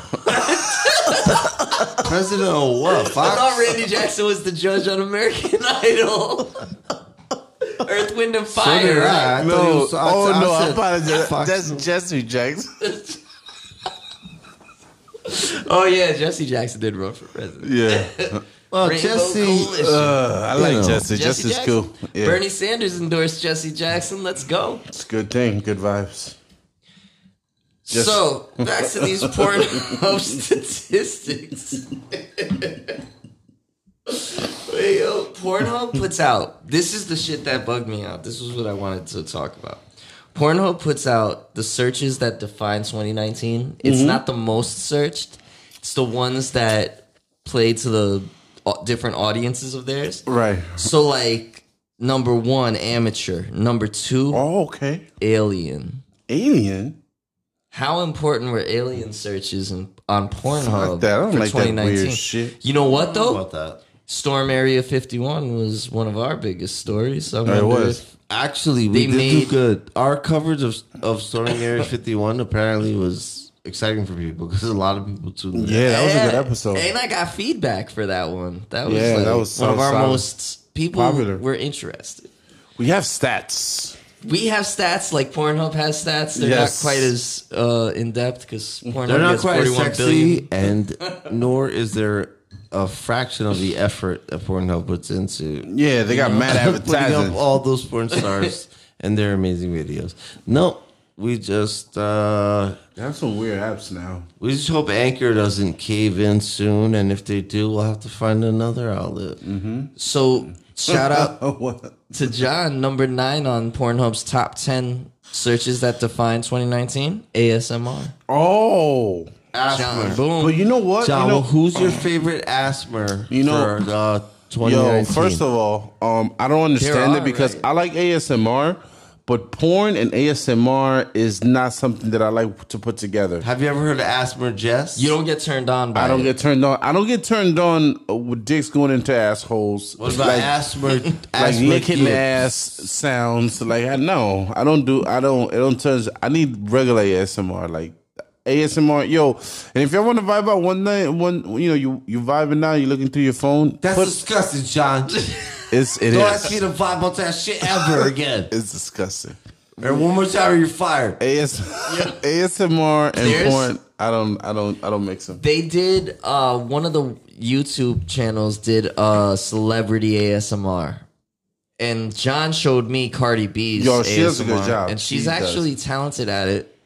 President of what?
I thought
Fox?
Randy Jackson was the judge on American Idol. Earth, Wind, and
So
Fire.
did I. I
right?
thought he
no,
was- I-
oh
I
no, I
said
apologize.
Fox.
That's Jesse Jackson.
Oh yeah, Jesse Jackson did run for president.
Yeah,
Well,
Rainbow
Oh, Jesse.
Coalition.
uh, I like
know,
Jesse.
Jesse
Jesse's
Jackson.
cool. Yeah,
Bernie Sanders endorsed Jesse Jackson. Let's go.
it's a good thing. Good vibes. Yes.
So back to these Pornhub statistics. Wait, yo, Pornhub puts out. This is the shit that bugged me out. This was what I wanted to talk about. Pornhub puts out the searches that define 2019. It's not the most searched. It's the ones that play to the au- different audiences of theirs.
Right.
So like number 1 amateur, number 2
Oh, okay.
alien,
Alien.
How important were alien searches in, on Pornhub
Fuck that. I don't
for
like that weird
2019?
shit.
You know what
How
though?
about that.
Storm Area 51 was one of our biggest stories. I
No, it
wonder
was.
if-
Actually, we
They
did
made-
do good. Our coverage of of Storming Area 51 apparently was exciting for people because a lot of people tuned in.
Yeah, that was a good
Yeah,
episode.
And I got feedback for that one. That was
Yeah,
like
that was
one
so
of our
solid.
most people
Popular.
were interested.
We have stats.
We have stats like Pornhub has stats. They're
Yes.
not quite as uh, in depth because Pornhub
They're not
gets
quite as
41
sexy,
billion.
and nor is there a fraction of the effort that Pornhub puts into
Yeah, they got mad
putting up
advertising.
all those porn stars and their amazing videos. No, we just uh,
That's some weird apps now.
we just hope Anchor doesn't cave in soon, and if they do, we'll have to find another outlet.
Mm-hmm.
So shout out
Oh, what?
to John, number nine on Pornhub's top 10 searches that define 2019 ASMR.
Oh,
John,
Asthma.
boom.
but you know what?
John,
you know,
well, who's your favorite asthma?
You know-
for, uh, 2019?
Yo, first of all, um, I don't understand
There
it
are,
because
right?
I like ASMR, but porn and ASMR is not something that I like to put together.
have you ever heard of asthma, Jess?
you don't get turned on by
I don't
it.
get turned on. I don't get turned on uh, with dicks going into assholes.
What about asthma?
Like
asthma
licking
gigs?
ass sounds. Like I know I don't do. I don't. It don't turns. I need regular ASMR. Like ASMR. Yo, and if y'all want to vibe out one night, one you know you you vibing now. You looking through your phone.
That's
Put-
disgusting, John.
it's it
Don't ask
is.
me to vibe on that shit ever again.
It's disgusting.
Or one more time, or you're fired.
AS- ASMR and
There's-
porn. I don't. I don't. I don't mix them.
They did uh, one of the YouTube channels did uh, celebrity ASMR, and John showed me Cardi B's.
Yo, she does a good
ASMR,
job.
and
She
she's
does.
actually talented at it.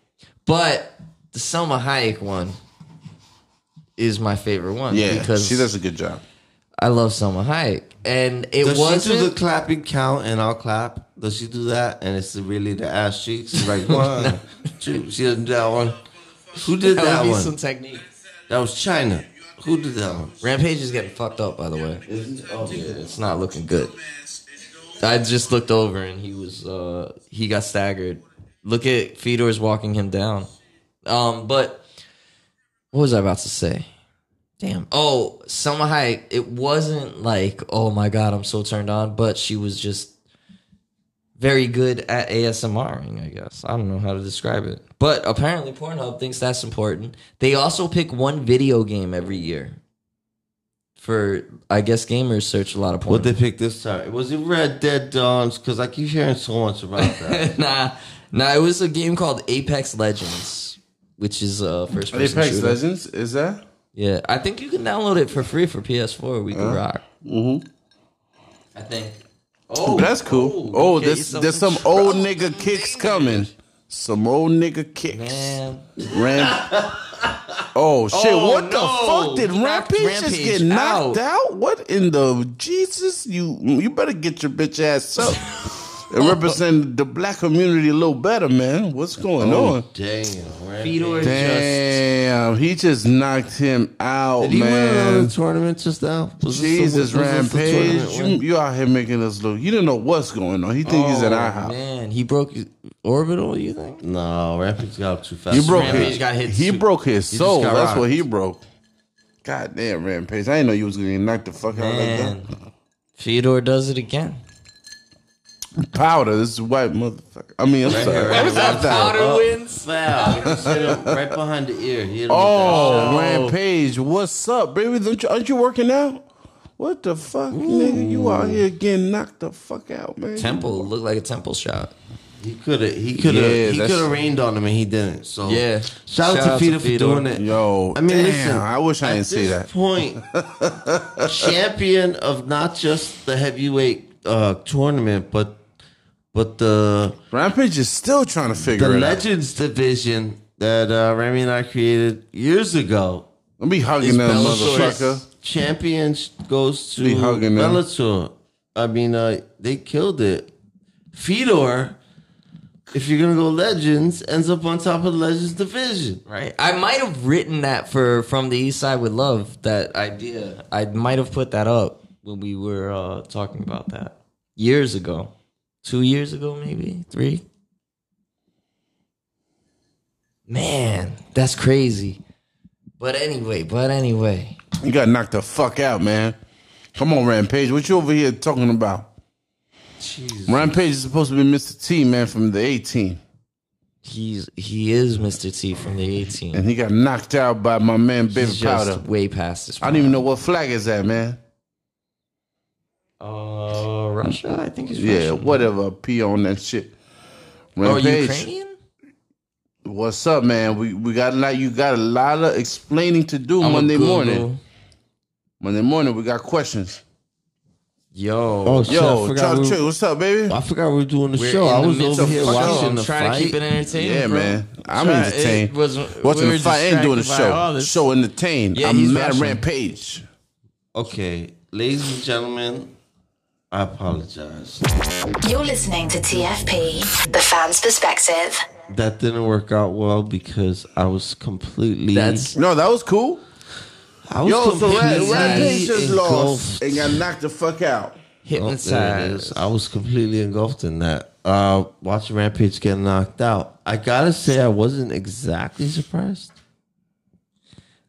But the Selma Hayek one is my favorite one.
Yeah,
because
she does a good job.
I love Selma Hayek, and it
Does
was
she do the clapping count and I'll clap? Does she do that? And it's really the ass cheeks. She's like one, two. She doesn't do that one. Who did
that,
that,
would be
one?
some technique.
that was China. Who did that one?
Rampage is getting fucked up, by the way. It's not looking good. I just looked over and he was uh he got staggered. Look at Fedor's walking him down. Um, but what was I about to say? Damn. Oh, Selma Hayek. It wasn't like oh my god, I'm so turned on, but she was just very good at ASMRing. I guess I don't know how to describe it, but apparently Pornhub thinks that's important. They also pick one video game every year. For I guess gamers search a lot of porn.
What they pick this time? Was it Red Dead Dawns? Because I keep hearing so much about that.
nah, nah. It was a game called Apex Legends, which is uh, first person
Apex
shooter.
Legends is that?
Yeah, I think you can download it for free for PS4. We
Uh-huh.
can rock. Mm-hmm. I think. Oh,
That's cool. Oh,
okay,
there's
yourself
there's
some
some old nigga kicks coming. Some old nigga kicks.
man.
Ramp. Oh shit!
Oh,
what
no.
the fuck did
He knocked
Rampage, just
Rampage
get knocked out. What in the Jesus? You you better get your bitch ass up and represent the black community a little better, man. What's going on?
Oh, Damn. Right?
Fedor just
Damn, he just knocked him out,
Did he win another
man.
tournament just now? Was this the-
Jesus,
was this the
Rampage,
tournament
you,
win?
you out here making us look. You didn't know what's going on. He think he's
Oh,
an IHOP.
Man, he broke his orbital. You think?
No, Rampage got up too fast.
You broke
Rampage
his.
got hit
he
too.
broke his
just
soul.
got
That's what
rocked.
he broke. God damn, Rampage! I didn't know you was gonna get knocked the fuck out like
Man, Fedor does it again.
that. Powder, this is white motherfucker. I mean, I'm sorry.
right
What's up, Powder?
wins.
Wow, he hit him right behind the ear. He hit him with that
Oh,
shot.
Rampage, what's up, baby? Don't you, aren't you working out? What the fuck, nigga? You out here getting knocked the fuck out, man?
Temple looked like a temple shot.
He could have. He could have.
Yeah,
he
that's-
could have rained on him, and he didn't. So
Yeah.
Shout, out to Fida for
Fedor.
doing it.
Yo,
I mean,
damn,
listen.
I wish I
at
didn't see
this
that.
Point. champion of not just the heavyweight uh, tournament, but but the
Rampage is still trying to figure
the
it out.
legends division that uh, Remy and I created years ago.
Let me hugging
It's
that
Bellator.
motherfucker.
Champions goes to
Be hugging them.
Bellator. I mean, uh, they killed it. Fedor, if you're gonna go legends, ends up on top of the legends division.
Right. I might have written that for from the East Side with Love. That idea. I might have put that up when we were uh, talking about that years ago, two years ago, maybe three. Man, that's crazy. But anyway, but anyway.
You got knocked the fuck out, man. Come on, Rampage. What you over here talking about? Rampage is supposed to be Mr. T, man, from the 18.
He's he is Mr. T from the 18.
And he got knocked out by my man, Baby
He's just
Powder.
way past this.
I don't even know what flag is that, man.
Uh, Russia, I think he's
Yeah,
Russian.
whatever. Pee on that shit.
Oh,
Or
Rampage.
Ukrainian?
What's up, man? We we got a lot. You got a lot of explaining to do
I'ma
Monday
Google.
morning. Monday morning, we got questions.
Yo, oh, shit, I
Yo,
forgot
Chuck,
we-
Chick, what's up, baby?
I forgot we were doing the
We're
show.
in
I
the
was
midst
over
of
here
a show.
watching
I'm
the
trying
fight.
to keep it entertaining.
Yeah,
bro.
man. I'm
Trying-
entertained.
it was-
Watching
we
the
were
fight and doing the
distracted by all
show.
Oh, this.
Show entertained.
Yeah,
I'm
he's
mad
Russian.
rampage.
okay, ladies and gentlemen, I apologize.
You're listening to TFP, the fan's perspective.
That didn't work out well because I was completely.
That's
No, that was cool.
I was
Yo, so
completely
Ra- Rampage
Rampage
just lost
engulfed.
and got knocked the fuck out.
Oh, there it is.
hypnotized.
I was completely engulfed in that. Uh, watching Rampage get knocked out. I gotta say, I wasn't exactly surprised.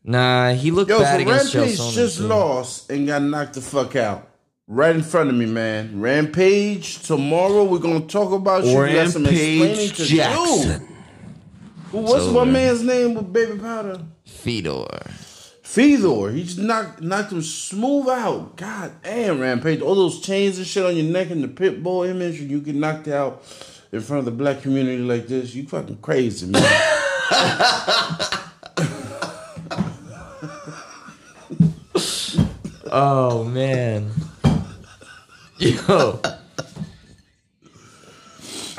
Nah, he looked
Yo,
bad
so
against Chael
Rampage
Sonnen,
just
too.
lost and got knocked the fuck out. Right in front of me, man. Rampage, tomorrow we're gonna talk about you. We got some explaining
Rampage
to
Jackson.
do. What's my
over.
man's name with Baby Powder?
Fedor.
Fedor. He just knocked knocked him smooth out. God damn, Rampage. All those chains and shit on your neck and the pit bull image, and you get knocked out in front of the black community like this. You fucking crazy, man.
Oh man. Yo.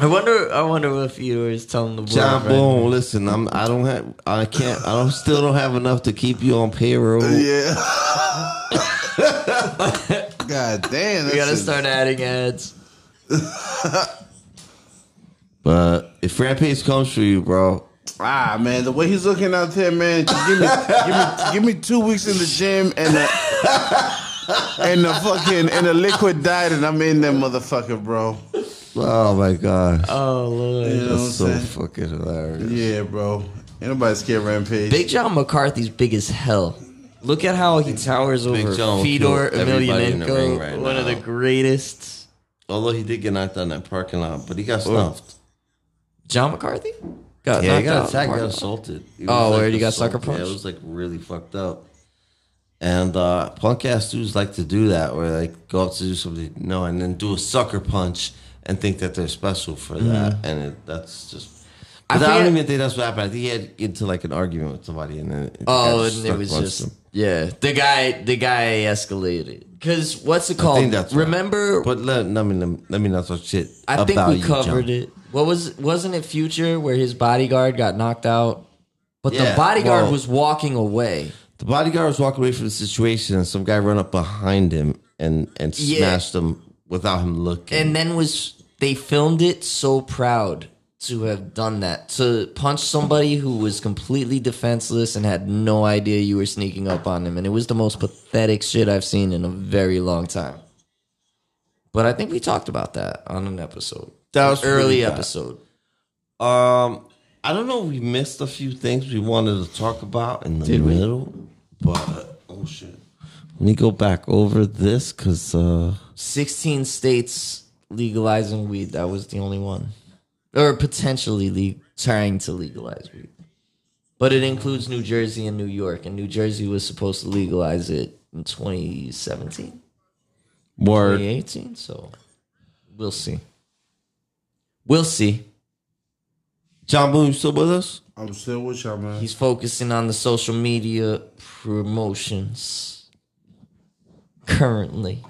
I wonder I wonder what Fedor is telling the boy.
John
right now.
Boone, listen, I'm. I don't have. I can't. I don't. Still don't have enough to keep you on payroll.
Uh, yeah. God damn.
We gotta
that's a-
start adding ads.
But if Rampage comes for you, bro,
Ah man, the way he's looking out there, man. just Give me, give me, give me two weeks in the gym and a, and the fucking and a liquid diet, and I'm in that motherfucker, bro.
oh my gosh,
Oh lord.
Uh, You know what I'm
that's so
saying?
fucking hilarious.
Yeah, bro. Ain't nobody scared of rampage.
Big John McCarthy's big as hell. Look at how he towers over
John
Fedor
killed everybody in the ring
Emelianenko,
right
one of
now.
the greatest.
Although he did get knocked out in that parking lot, but he got
Oh.
stuffed.
John McCarthy? Got
Yeah, he
knocked
got
out.
attacked, got assaulted. He was,
Oh, where he got
assaulted.
sucker punched?
Yeah, it was like really fucked up. And uh, punk ass dudes like to do that, where like go up to do something, no, and then do a sucker punch and think that they're special for that, and it, that's just.
Mm-hmm. I
But I, don't
forget-
even think that's what happened. I think he had into like an argument with somebody, and then it- the guy
Oh,
just
and it
sucker
was
punched
just
him.
yeah. The guy, the guy escalated. Cause what's it called?
I think that's right.
Remember,
But let, let me let me, let me not talk shit.
I think
about
we
you,
covered
John.
it. What was wasn't it Future where his bodyguard got knocked out? But
Yeah,
the bodyguard
well-
was walking away.
The bodyguard was walking away from the situation, and some guy ran up behind him and and
Yeah.
smashed him without him looking.
and then was they filmed it so proud to have done that to punch somebody who was completely defenseless and had no idea you were sneaking up on him and it was the most pathetic shit i've seen in a very long time but i think we talked about that on an episode
That was
An early
pretty bad.
episode
Um, I don't know. We missed a few things we wanted to talk about in the middle, but oh shit. Let me go back over this because uh,
16 states legalizing weed that was the only one or potentially le- trying to legalize weed but it includes new jersey and new york and new jersey was supposed to legalize it in 2017
word
2018 so we'll see we'll see
John Boone you still with us?
I'm still with y'all, man.
he's focusing on the social media promotions currently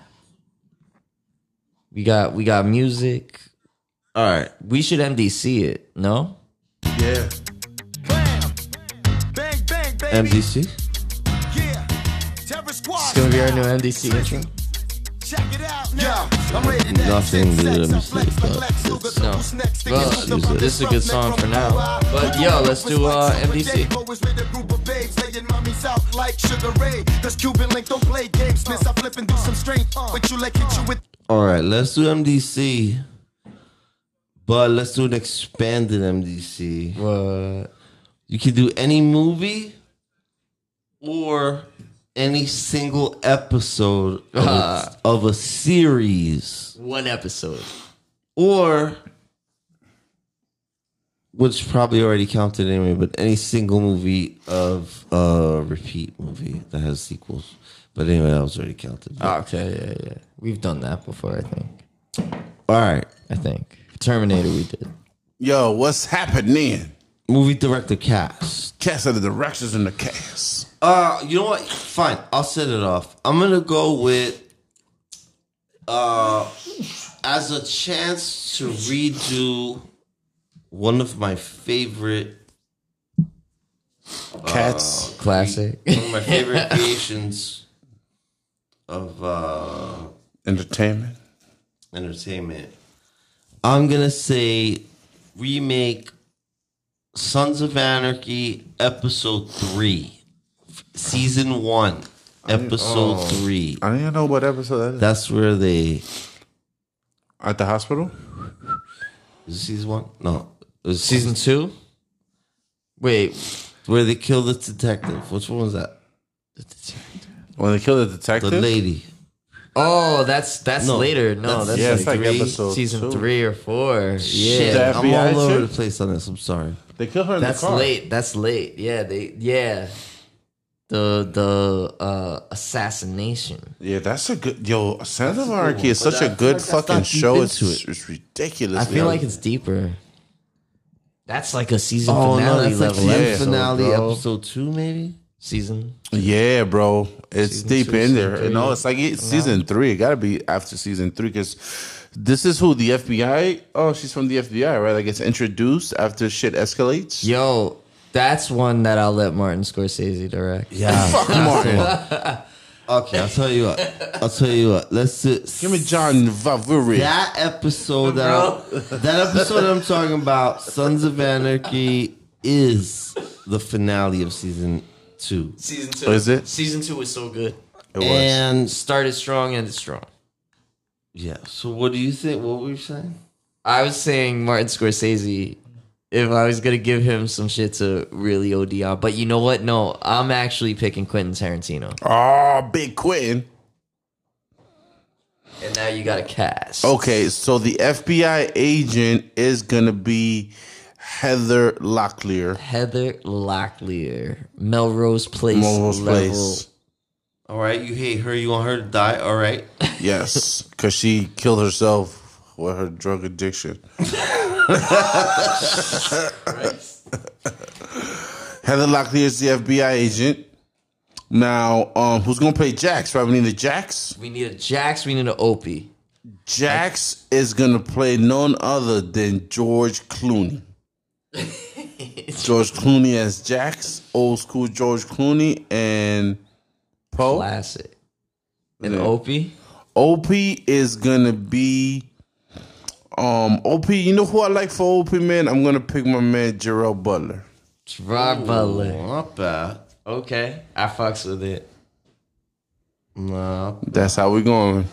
we got we got music
All right.
We should MDC it, no?
Yeah.
Bang, bang, baby.
MDC.
Yeah. Terror Squad.
It's gonna be our new MDC intro.
Check it out now. I'm ready to
Nothing to do with MDC. but it's-
No. Well, this is a good song for now. But yo, let's do uh, MDC.
Always with a group of babes, laying mummies out like Sugar Ray. Cause Cuban Link don't play games, miss. I flip and do some strange, but you like hit you with
All right, let's do MDC, but let's do an expanded MDC
Uh,
You could do any movie or any single episode of, a, of a series
One episode.
or which probably already counted anyway, but any single movie of a repeat movie that has sequels. But anyway, that was already counted.
Okay, yeah, yeah. We've done that before, I think.
All right.
I think. Terminator we did.
Yo, what's happening?
Movie director cast.
Cast of the directors in the cast.
Uh, you know what? Fine, I'll set it off. I'm gonna go with uh as a chance to redo one of my favorite
Cats.
Uh, Classic.
one of my favorite creations of uh
Entertainment.
entertainment. I'm gonna say remake Sons of Anarchy episode three, season one, episode three.
I don't even know what episode that is.
That's where they
At the hospital?
was it season one. No, it was season
Season two? Wait.
where they kill the detective. Which one was that?
When they killed the
The
detective?
lady.
Oh, that's that's
No,
later. No,
that's-
that's,
yeah, it's
like,
like
three,
episode
season
two.
three or four.
Shit,
Yeah.
The
I'm
FBI
all over
chick?
the place on this. I'm sorry.
They killed her in
That's
the car.
late. That's late. Yeah, they yeah. The the uh assassination.
Yeah, that's a good. Yo, Sons of Anarchy is such a good fucking
not deep
show. It's,
into
it's ridiculous.
I feel
yo.
like it's deeper. That's like a season
Oh no,
finale
that's like
level
season
Yeah.
episode,
finale
bro.
episode two, maybe.
season.
Yeah, bro, it's
Season
deep
two,
in
season
there.
three.
No, it's like it's season three. It gotta be after season three because this is who the FBI. Oh, she's from the FBI, right? Like it's introduced after shit escalates.
Yo, that's one that I'll let Martin Scorsese direct.
Yeah.
Fuck Martin.
Okay, I'll tell you what. I'll tell you what. Let's do
Give me John Vavuri.
that episode that I'm, that episode I'm talking about, Sons of Anarchy, is the finale of season two.
Season two.
Is it?
Season two was so good.
It was.
And
Started strong and strong.
yeah, so what do you think? What were you saying?
I was saying Martin Scorsese. If I was gonna give him some shit to really OD on, but you know what? No, I'm actually picking Quentin Tarantino.
oh, big Quentin.
And now you got a cast.
Oh.
Okay, so the FBI agent is gonna be Heather Locklear.
Heather Locklear, Melrose Place
Melrose
level.
Place.
All right, you hate her, you want her to die. All right,
Yes, because she killed herself with her drug addiction. Heather Locklear is the FBI agent. Now, um, who's gonna play Jax? Right, we need a Jax.
We need a Jax. We need an Opie.
Jax is gonna play none other than George Clooney. George Clooney as Jax, old school George Clooney, and Poe.
Classic. And
Yeah.
Opie.
OP is gonna be um OP, you know who I like for OP man? I'm gonna pick my man Jarrell Butler.
Gerard Butler.
not bad.
Okay, I fucks with it.
Nah,
That's how we going.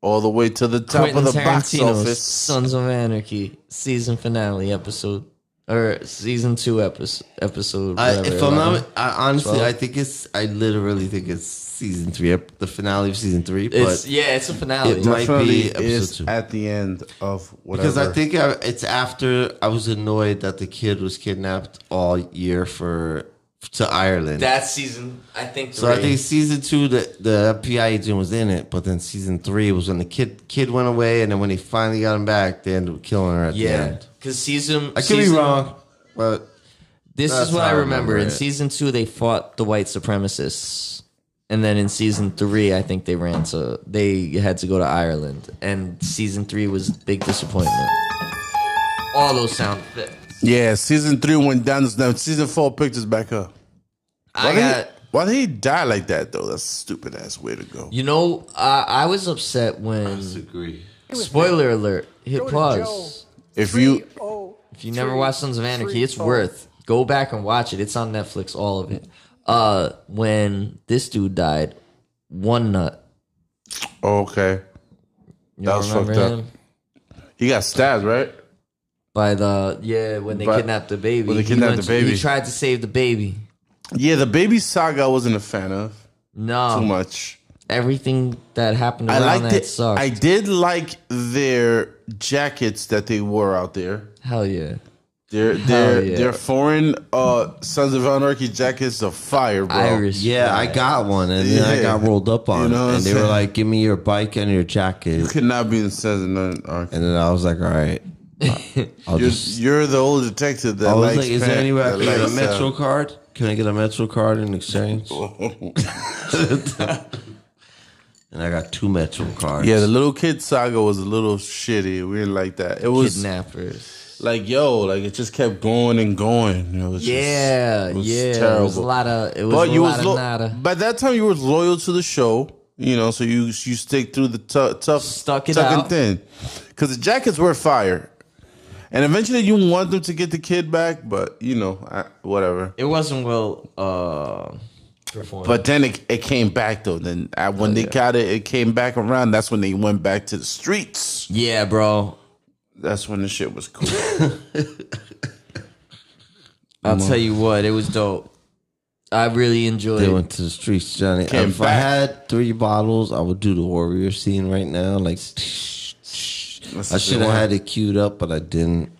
All the way to the top
Quentin
of the box
Tarantino's
office.
Sons of Anarchy season finale episode or season two episode episode.
I,
whatever,
if I'm
11.
not, I, honestly, I think it's. I literally think it's season three, ep- the finale of season three.
it's
but
yeah, it's a finale.
It might-
Definitely
episode
is
two.
at the end of whatever.
Because I think I, it's after I was annoyed that the kid was kidnapped all year for to Ireland.
That's season. I think.
so I
three.
think season two, the the FBI agent was in it, but then season three was when the kid kid went away, and then when he finally got him back, they ended up killing her at the
yeah,
end.
because season.
I could be
season-
wrong, but
This
That's
is what
how
I
I
remember.
remember
In
it.
season two, they fought the white supremacists, and then in season three, I think they ran to they had to go to Ireland, and season three was a big disappointment. All those sound effects.
yeah, season three went down now season four picked us back up.
I
did he-
got.
why did he die like that though? That's a stupid ass way to go.
You know, I, I was upset when.
disagree.
Spoiler alert! Hit
Go to
pause.
If you
Oh,
If you never watched Sons of Anarchy, it's
three,
worth go back and watch it. It's on Netflix, all of it. Uh, when this dude died, one nut.
oh, okay.
You
That was
remember
fucked up.
him?
He got stabbed, right?
by the yeah when they
By-
kidnapped the baby.
when they
He
kidnapped
went
the
to-
baby.
he tried to save the baby.
Yeah, the baby saga I wasn't a fan of
No,
too much.
everything that happened
Oh. I
around
liked
that
it.
sucked.
I did like their jackets that they wore out there.
Hell yeah.
Their their
yeah.
their foreign uh, Sons of Anarchy jackets are fire, bro.
Irish.
Yeah, I got one, and then I
Yeah.
got rolled up on,
You know what I'm
and they were
saying?
like, "Give me your bike and your jacket,"
Could not be in Sons of Anarchy.
and then I was like, "All right, I'll
You're,
just."
you're the old detective that
I was
likes.
like, "Is there
pan-
anywhere I
that
can get a
likes, uh,
Metro card? Can I get a Metro card in exchange?" and I got two Metro cards.
Yeah, the little kid saga was a little shitty. We didn't like that. It was
Kidnappers.
like yo, like it just kept going and going. It was just-
Yeah,
it was
yeah. It was a lot of. It was
but
a
you
lot
was
of
lo-
nada.
by that time you were loyal to the show, you know. So you you stick through the tou- tough,
Stuck it
tuck
out.
and thin, because the jackets were fire, and eventually you want them to get the kid back, but you know, I, whatever.
It wasn't well uh, performed.
But then it, it came back though. Then uh
Oh,
when they got it, it came back around. That's when they went back to the streets.
yeah, bro.
That's when the shit was cool.
I'll tell you what, it was dope. I really enjoyed
They
it.
went to the streets, Johnny.
Came
if I
back.
had three bottles, I would do the warrior scene right now. Like, I
is
should have
one.
had it queued up, but I didn't.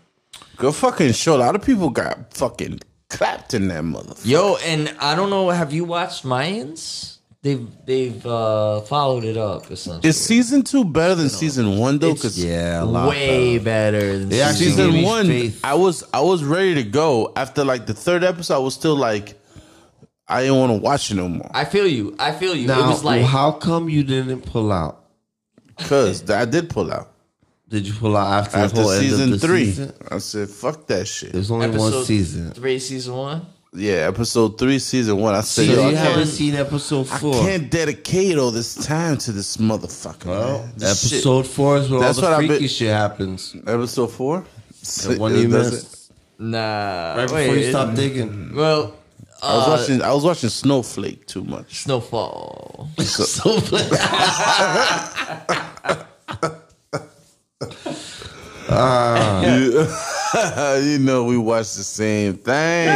Good fucking show. A lot of people got fucking clapped in that motherfucker.
Yo, and I don't know. Have you watched Mayans? They've they've uh, followed it up essentially.
Is season two better than season one though? Because
Yeah, a lot.
way better than
They actually
season
gave
season
me
one,
faith.
I was I was ready to go after like the third episode. I was still like, I didn't want to watch it no more
I feel you. I feel you.
Now,
it was like
how come you didn't pull out?
because I did pull out
Did you pull out after,
after
the whole end
season
of the
three.
season?
I said, fuck that shit.
There's only one
episode
season.
three, season one.
Yeah, episode three, season one. I said,
So
yo, I
you haven't
can't,
seen episode
I
four.
can't dedicate all this time to this motherfucker.
Well,
man. This shit-
episode four is where
That's
all the
what I've
freaky
been-
shit happens.
episode four.
The one you
That's it.
missed
Nah,
right before
wait,
you stop digging.
Well,
I was watching. I was watching Snowflake too much.
Snowfall.
So
you know, we watched the same thing.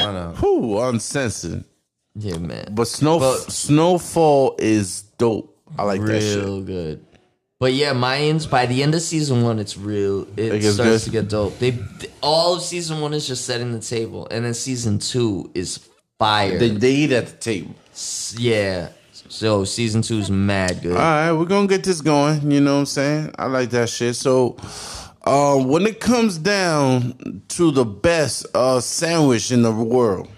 Why not?
Whew, uncensored.
Yeah, man.
But snow
But-
snowfall is dope. I like that shit.
real good. But yeah, Mayans. By the end of season one, it's real. It,
It gets good.
starts to get dope. They all of season one is just setting the table, and then season two is fire.
They, they eat at the table.
S- yeah. So season two is mad good.
All right, we're gonna get this going. You know what I'm saying? I like that shit. So, uh, when it comes down to the best uh, sandwich in the world,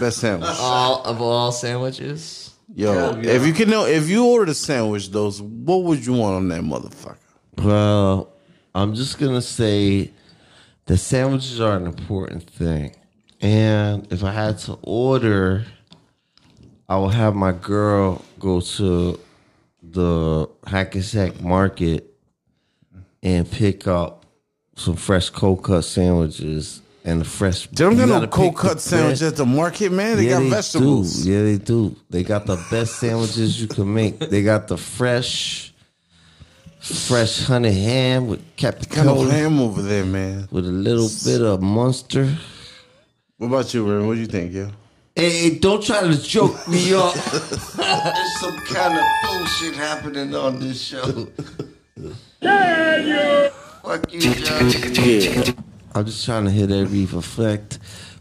best sandwich.
all of all sandwiches.
Yo, if you can know, if you order a sandwich, those, what would you want on that motherfucker?
Well, I'm just gonna say the sandwiches are an important thing, and if I had to order, I will have my girl go to the Hackensack Market and pick up some fresh cold cut sandwiches and the fresh.
They don't
you
got no
gotta
cold
pick the
cut sandwich
fresh-
at the market, man. They got vegetables.
Do. Yeah, they do. They got the best sandwiches you can make. They got the fresh, fresh honey ham with
Kind of
capicola
ham over there, man.
with a little bit of monster.
What about you, Ren? What do you think, yo?
Hey, hey, don't try to joke me up. There's some kind of bullshit happening on this show. Fuck you, John. I'm just trying to hit every effect.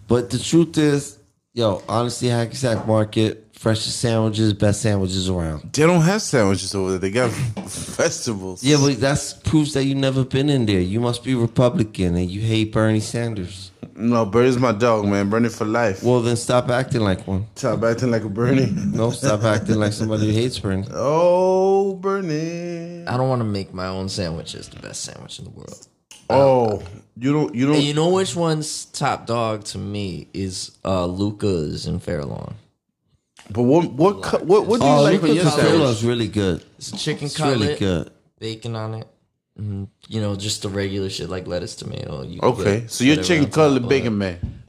But the truth is, yo, honestly, Hackensack Market, freshest sandwiches, best sandwiches around.
They don't have sandwiches over there. They got vegetables.
Yeah, but that's proves that you never been in there. You must be Republican and you hate Bernie Sanders.
No, Bernie's my dog, man. Bernie for life.
Well, then stop acting like one.
Stop acting like a Bernie.
No, stop acting like somebody who hates Bernie.
Oh, Bernie.
I don't want to make my own sandwiches. The best sandwich in the world.
Oh, you don't. You
And
don't.
you know which one's top dog to me is uh, Luca's in Fairlawn.
But what? What? Cut, what? What do you
Oh,
like for
Luca
your sandwich?
Costello's really good.
It's a chicken
It's
cutlet,
really good.
bacon on it. Mm, you know, just the regular shit like lettuce, tomato. You can
Okay,
put
so your
whatever
chicken Oh.
on top,
cutlet
but
bacon man.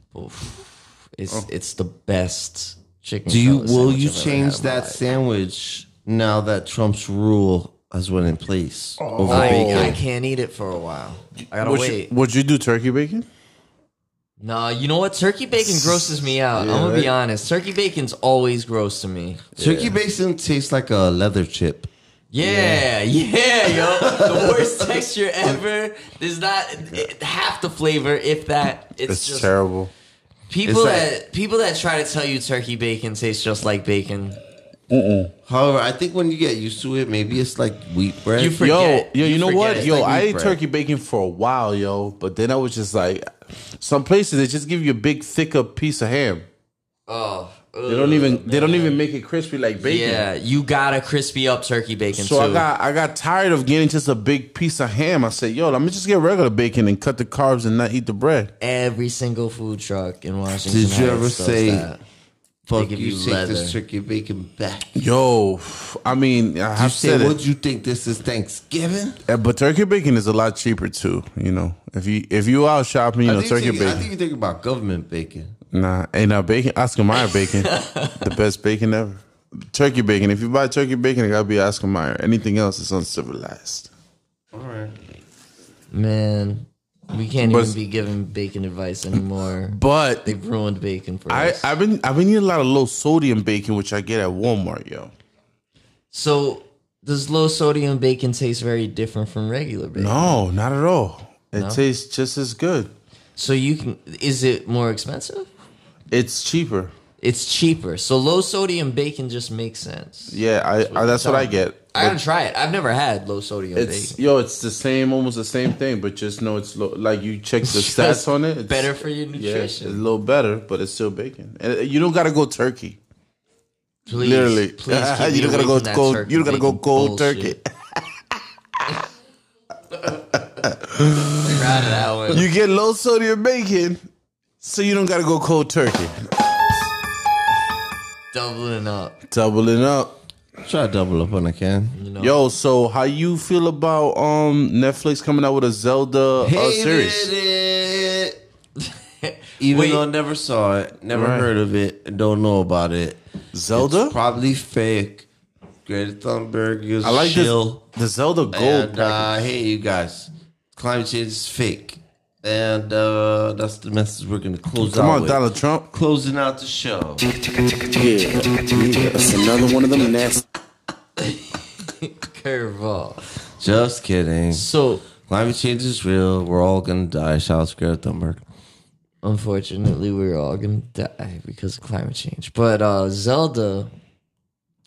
It's it's the best chicken.
Do you
cutlet
will
sandwich
you
I've ever had
change
in my
that
life.
sandwich now that Trump's rule has went in place over
I, I
bacon.
can't eat it for a while. I gotta
Would you,
wait.
would you do turkey bacon?
Nah, you know what? Turkey bacon grosses me out. I'm gonna be honest. Turkey bacon's always gross to me.
Turkey bacon tastes like a leather chip.
Yeah, yeah, yo. The worst texture ever. There's not it, half the flavor, if that. It's,
It's
just
terrible.
It's
people
like-
that people that try to tell you turkey bacon tastes just like bacon.
However, I think when you get used to it, maybe it's like wheat bread.
You
Yo, yo,
forget.
you,
You
know
forget.
what?
It's
Yo,
like
I
meat
ate
bread.
turkey bacon for a while, yo, but then I was just like, some places they just give you a big, thicker piece of ham.
Oh,
They don't even they don't even make it crispy like bacon.
yeah. You gotta crispy up turkey bacon
So I
too.
got I got tired of getting just a big piece of ham. I said, "Yo, let me just get regular bacon and cut the carbs and not eat the bread."
Every single food truck in Washington.
Did you
Heights
ever
does
say,
that.
Fuck
give
you,
you
take
leather.
this turkey bacon back.
Yo, I mean, I
You
have said
said,
it,
would you think this is Thanksgiving?
Uh, but turkey bacon is a lot cheaper too. You know, if you if you out shopping, you
I
know
think
turkey
you think- I
bacon.
think you think about government bacon.
Nah, ain't no bacon. Oscar Mayer bacon, the best bacon ever. Turkey bacon. If you buy turkey bacon, it gotta be Oscar Mayer. Anything else is uncivilized.
man, we can't
But-
even be giving bacon advice anymore.
But
They've ruined bacon for
I,
us.
I've been I've been eating a lot of low sodium bacon, which I get at Walmart, yo.
So does low sodium bacon taste very different from regular bacon?
No, not at all. It tastes just as good.
So you can is it more expensive?
It's cheaper.
It's cheaper. So low sodium bacon just makes sense.
Yeah, I, I that's what I get.
I gotta try it. I've never had low sodium
It's
bacon.
yo, it's the same, almost the same thing, but just know it's low, like you check the
Just
stats on it. It's,
better for your
yeah, it's a
nutrition.
little better, but it's still bacon. And uh, you don't gotta go turkey.
please,
Literally,
please. keep me
you don't
away
gotta
from
go
that
cold.
turkey
You don't gotta go
bacon
cold
bullshit.
turkey.
We're out of that one.
You get low sodium bacon, so you don't gotta go cold turkey.
Doubling up.
Doubling up.
Try to double up on a can.
Yo, so how you feel about um Netflix coming out with a Zelda uh, series?
Hated it. Even
Wait.
though I never saw it, never
Right.
heard of it, don't know about it.
Zelda?
It's probably fake. Greta Thunberg is
I like
chill.
this. The Zelda Gold.
and
package.
uh, hey, you guys, climate change is fake. And uh, that's the message we're going to close
Come
out
on,
with.
Donald Trump.
Closing out the show.
Yeah, it's another one of them nasty.
Curveball.
Just kidding.
So
Climate change is real. We're all going to die. Shout out to Greta Thunberg.
unfortunately we're all gonna die because of climate change but uh zelda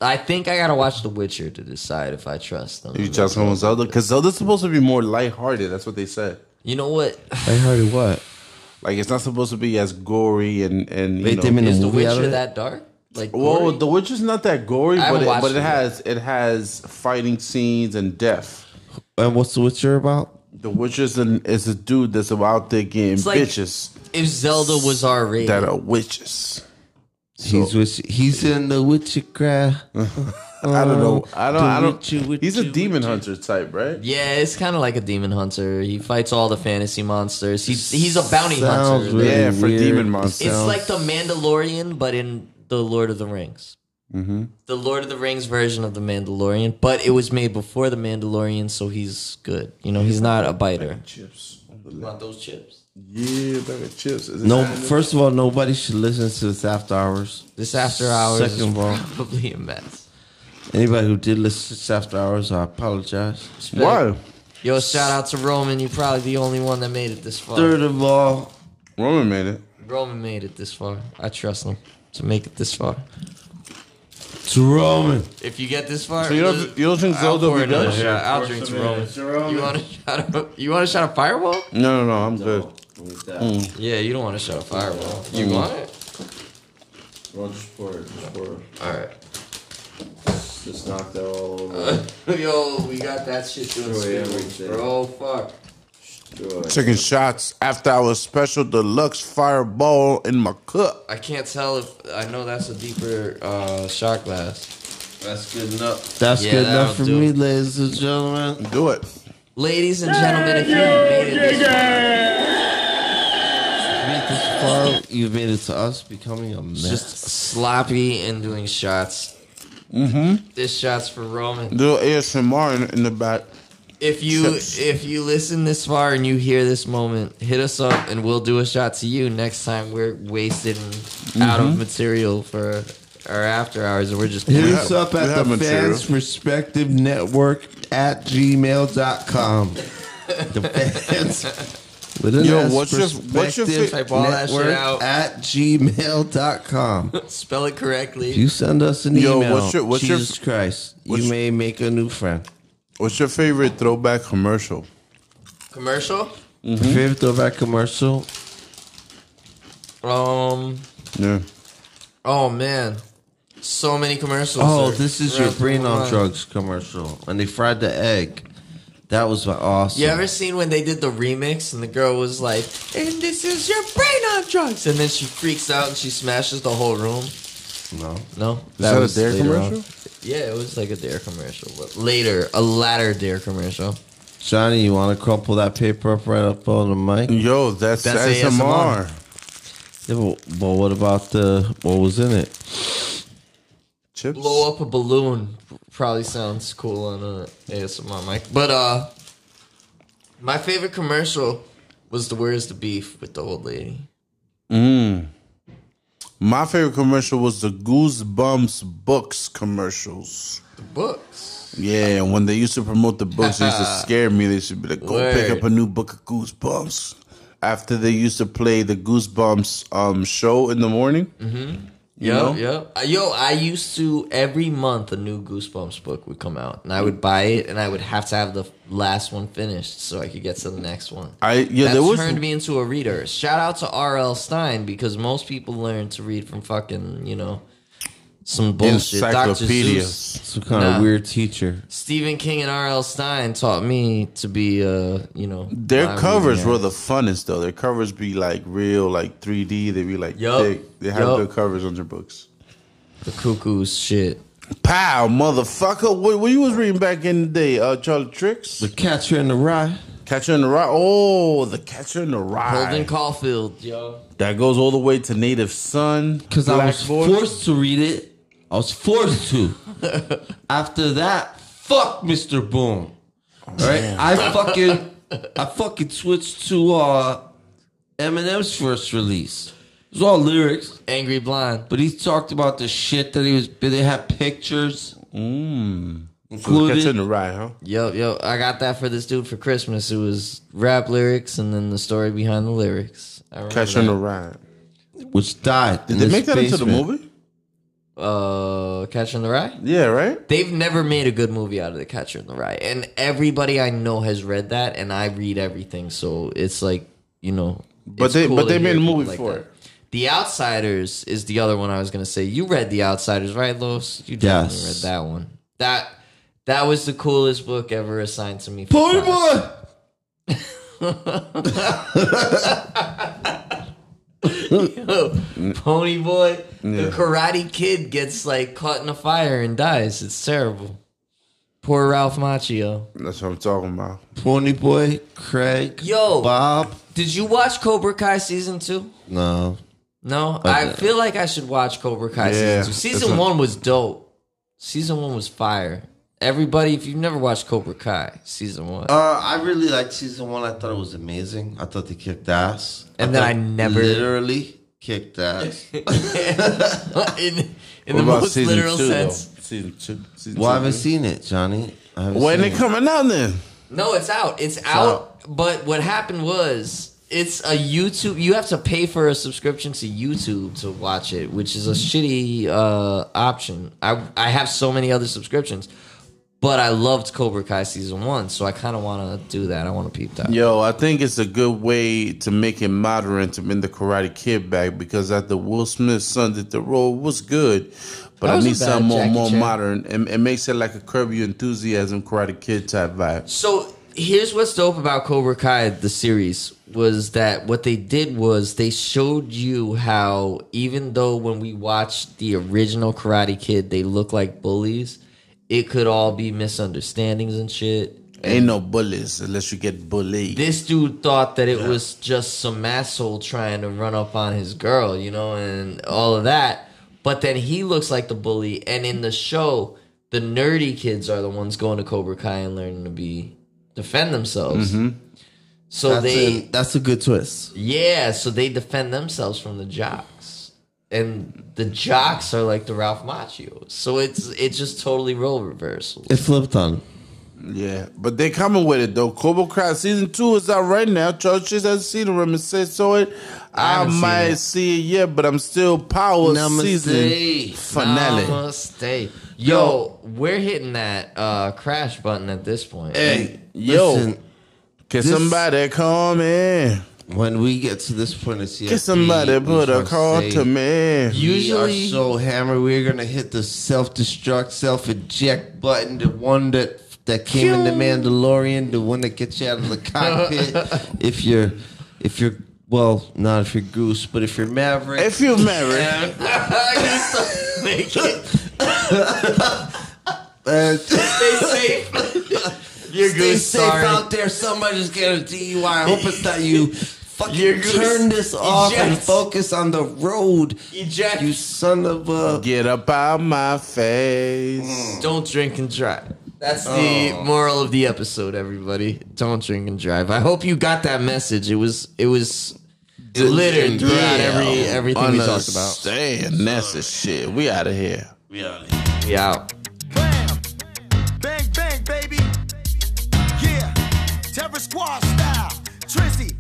i think i gotta watch the witcher to decide if i trust them
You just going with Zelda? Because Zelda's supposed to be more lighthearted. That's what they said.
you know what
I heard what?
Like it's not supposed to be as gory and and you
Wait,
know.
they made a
is the
movie out of
witcher
it?
that dark like
well,
gory?
The Witcher's not that gory, but
haven't
it,
watched
but
it
it has it has fighting scenes and death.
And what's The Witcher about?
The Witcher's an, is a dude that's out there getting
like-
bitches
if zelda was our rated
that are witches.
He's witch- he's in the witchcraft.
I don't know. I don't. I don't.
Witcher, Witcher,
he's a demon hunter type, right?
yeah it's kind of like a demon hunter he fights all the fantasy monsters he's he's a bounty
Sounds
hunter
really
Yeah, for
weird.
demon monsters.
it's
Sounds-
like the mandalorian but in the lord of the rings
Mm-hmm.
the lord of the rings version of the mandalorian but it was made before the mandalorian so he's good you know he's not a biter
Chips.
want those chips?
Yeah, bag of chips. Is it
No,
bad?
first of all, nobody should listen to this after hours.
This after hours
Second
is
of all,
probably a mess.
anybody who did listen to this after hours, I apologize.
Why?
Yo, shout out to Roman. You're probably the only one that made it this far.
Third of all,
Roman made it.
Roman made it this far. I trust him to make it this far.
it's Roman.
If you get this far,
So you don't,
just-
you don't think
I'll
Zelda
pour
will be
another
done?
shot. I'll drink to Roman. You want to shot? A, you want to shot a fireball?
No, no, no. I'm good.
Yeah, you don't want to shot a fireball. You want it? All right.
Just knock that all over.
Yo, we got that shit doing
everything.
smooth, bro. Fuck.
Chicken shots after our special deluxe fireball in my cup.
I can't tell if I know that's a deeper uh, shot glass.
That's good enough. That's
Yeah,
good enough for
that'll
me,
do.
ladies and gentlemen.
Do it.
Ladies and gentlemen, if you made it this far,
You've made it this far, you've made it to us becoming a mess.
just sloppy and doing shots. This shot's for Roman.
Little ASMR in, in the back.
If you if you listen this far and you hear this moment, hit us up and we'll do a shot to you next time we're wasted and out of material for our after hours and we're just
Hit
Yeah.
us up
We
at
have
the
material.
fans perspective network at gmail.com. The fans. With an
Yo,
S,
what's your- what's your
Perspective
fa- Type
all that shit
Network
out.
at gmail.com.
spell it correctly.
If you send us an
Yo,
email,
what's your- what's your-
Jesus Christ,
what's-
you may make a new friend.
What's your favorite throwback commercial?
Commercial?
Mm-hmm.
Favorite throwback commercial?
Um
Yeah.
oh man. So many commercials.
Oh,
are-
this is
are
your
out
brain
there.
on drugs commercial, and they fried the egg. That was awesome.
You ever seen when they did the remix and the girl was like, "And this is your brain on drugs," and then she freaks out and she smashes the whole room?
No.
No,
that a
was
Dare
later
commercial?
on. Yeah, it was like a dare commercial, but later a latter dare commercial.
Johnny, you want to crumple that paper up right up on the mic?
Yo, that's,
That's
ASMR.
Yeah, well, but what about the what was in it?
Chips.
Blow up a balloon probably sounds cool on a ASMR mic, but uh, my favorite commercial was the "Where's the beef" with the old lady.
My favorite commercial was the Goosebumps books commercials.
The books.
Yeah, and when they used to promote the books, it used to scare me. They should be like, "Go pick
Word.
up a new book of Goosebumps." After they used to play the Goosebumps um, show in the morning,
Yep,
know?
yep. Uh, Yo, I used to every month a new Goosebumps book would come out, and I would buy it, and I would have to have the last one finished so I could get to the next one.
I yeah,
that
Uh, there was
turned me into a reader. Shout out to R.L. Stein because most people learn to read from fucking you know some bullshit. Dr. Seuss,
encyclopedias.
Some kind
Nah.
of weird teacher.
Stephen King, and R.L. Stein taught me to be uh you know
Their
my
covers
reading
were
ass.
the funnest though. Their covers be like real, like 3D. They be like
Yup.
thick. They have
Yup.
their covers on their books.
the cuckoo's shit.
Pow, motherfucker! What, what you was reading back in the day? Uh, Charlie Tricks,
The catcher in the rye.
Catcher in the Rye. Oh, the Catcher in the Rye.
Holden Caulfield, yo.
That goes all the way to Native Son.
Because I was
Blackboard.
forced to read it. I was forced to. After that, fuck Mr. Boom. All
Oh,
right, I fucking I fucking switched to uh Eminem's first release. It was all lyrics,
Angry Blind.
but he talked about the shit that he was. They had pictures included.
Catcher in the Rye, huh?
Yo, yo, I got that for this dude for Christmas. It was rap lyrics and then the story behind the lyrics. I remember
Catcher in the
that.
Rye.
which died.
Did they make that into the movie?
uh, Catcher in the Rye.
Yeah, right.
They've never made a good movie out of The Catcher in the Rye. And everybody I know has read that, and I read everything. So it's like, you know.
But
it's
they- but
to
they made
hear
a
people
movie for
that.
it.
The Outsiders is the other one I was going to say. You read The Outsiders, right, Los? You definitely
Yes.
read that one. That that was the coolest book ever assigned to me. for
Party
class.
boy.
Pony Boy.
Yeah.
The Karate Kid gets like caught in a fire and dies. It's terrible. Poor Ralph Macchio.
That's what I'm talking about.
Pony Boy, Craig,
Yo.
Bob.
Did you watch Cobra Kai season two?
No,
No, I feel like I should watch Cobra Kai
Yeah,
season two.
that's
Season
what-
one was dope. Season one was fire. Everybody, if you've never watched Cobra Kai season one,
uh, I really liked season one. I thought it was amazing. I thought they kicked ass,
And then
thought
I never-
literally kicked ass.
in in
What
the
about
most
season
literal
two, though?
sense.
Season two. Season
well, I
two,
haven't
yeah.
seen it, Johnny. I haven't
When
seen
it coming out then?
No, it's out. It's, out. But what happened was it's a YouTube. You have to pay for a subscription to YouTube to watch it, which is a shitty uh, option. I I have so many other subscriptions, but I loved Cobra Kai season one, so I kind of want to do that. I want to peep that.
Yo, I think it's a good way to make it modern to bring the Karate Kid back because after Will Smith's son did the role was good, but
That
I
wasn't
need
bad,
something more,
Jackie
more
Chan.
modern. It, it makes it like a Curb Your Enthusiasm Karate Kid type vibe.
So here's what's dope about Cobra Kai the series was that what they did was they showed you how even though when we watched the original Karate Kid they look like bullies, it could all be misunderstandings and shit.
Ain't no bullies unless you get bullied.
This dude thought that it was just some asshole trying to run up on his girl, you know, and all of that. But then he looks like the bully, and in the show, the nerdy kids are the ones going to Cobra Kai and learning to be defend themselves. So
That's,
they
a, that's a good twist.
yeah, so they defend themselves from the jocks. And the jocks are like the Ralph Macchio. So it's it's just totally role reversal.
It flipped on.
Yeah, but they coming with it though. Cobra Kai season two is out right now. Charles Chase hasn't seen it. Remember, said so it. I,
haven't seen
might
it.
see it yet, but I'm still power season finale.
Namaste. Yo, we're hitting that uh, crash button at this point.
Hey, yo,
Listen,
can
this-
somebody call me?
when we get to this point of CFP,
Can somebody
we
put a
shall
call
say,
to me?
Usually,
Usually-
we are so hammered. We're gonna hit the self destruct, self eject button, the one that that came in the Mandalorian, the one that gets you out of the cockpit. if you're, if you're, well, not if you're Goose, but if you're Maverick,
If you're married,
Stay safe. You're
Stay
good.
safe
Sorry.
out there. Somebody's getting a DUI. I hope it's not you. Fucking
You're goose.
turn this off and
Eject.
focus on the road.
Eject.
You son of a.
get up out my face.
Don't drink and drive. That's the moral of the episode, everybody. Don't drink and drive. I hope you got that message. It was it was littered throughout every everything we talked about.
Understand? That's the shit. We out of here.
We out.
Bam! Bang, bang, baby! Yeah! Terror Squad style! Trizzy!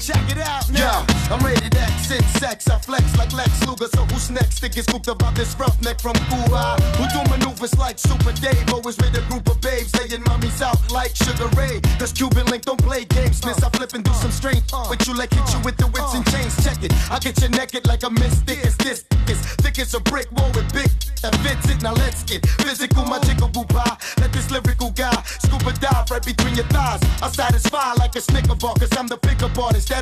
Check it out now! Yo, I'm rated X, it's sex. I flex like Lex Luger, so who's next to get spooked about this roughneck from Cuba? Who do maneuvers like Super Dave? Always with a group of babes, laying mommies out like Sugar Ray. Cause Cuban Link don't play games, miss. I flip and do some strange, but you like hit you with the whips and chains. Check it, I get you naked like a mystic. It's this, thick as- thick as a brick wall with big that fits it. Now let's get physical, my jigaboo pie. Let this lyrical guy scuba dive right between your thighs. I satisfy like a snicker bar, cause I'm the pickup artist.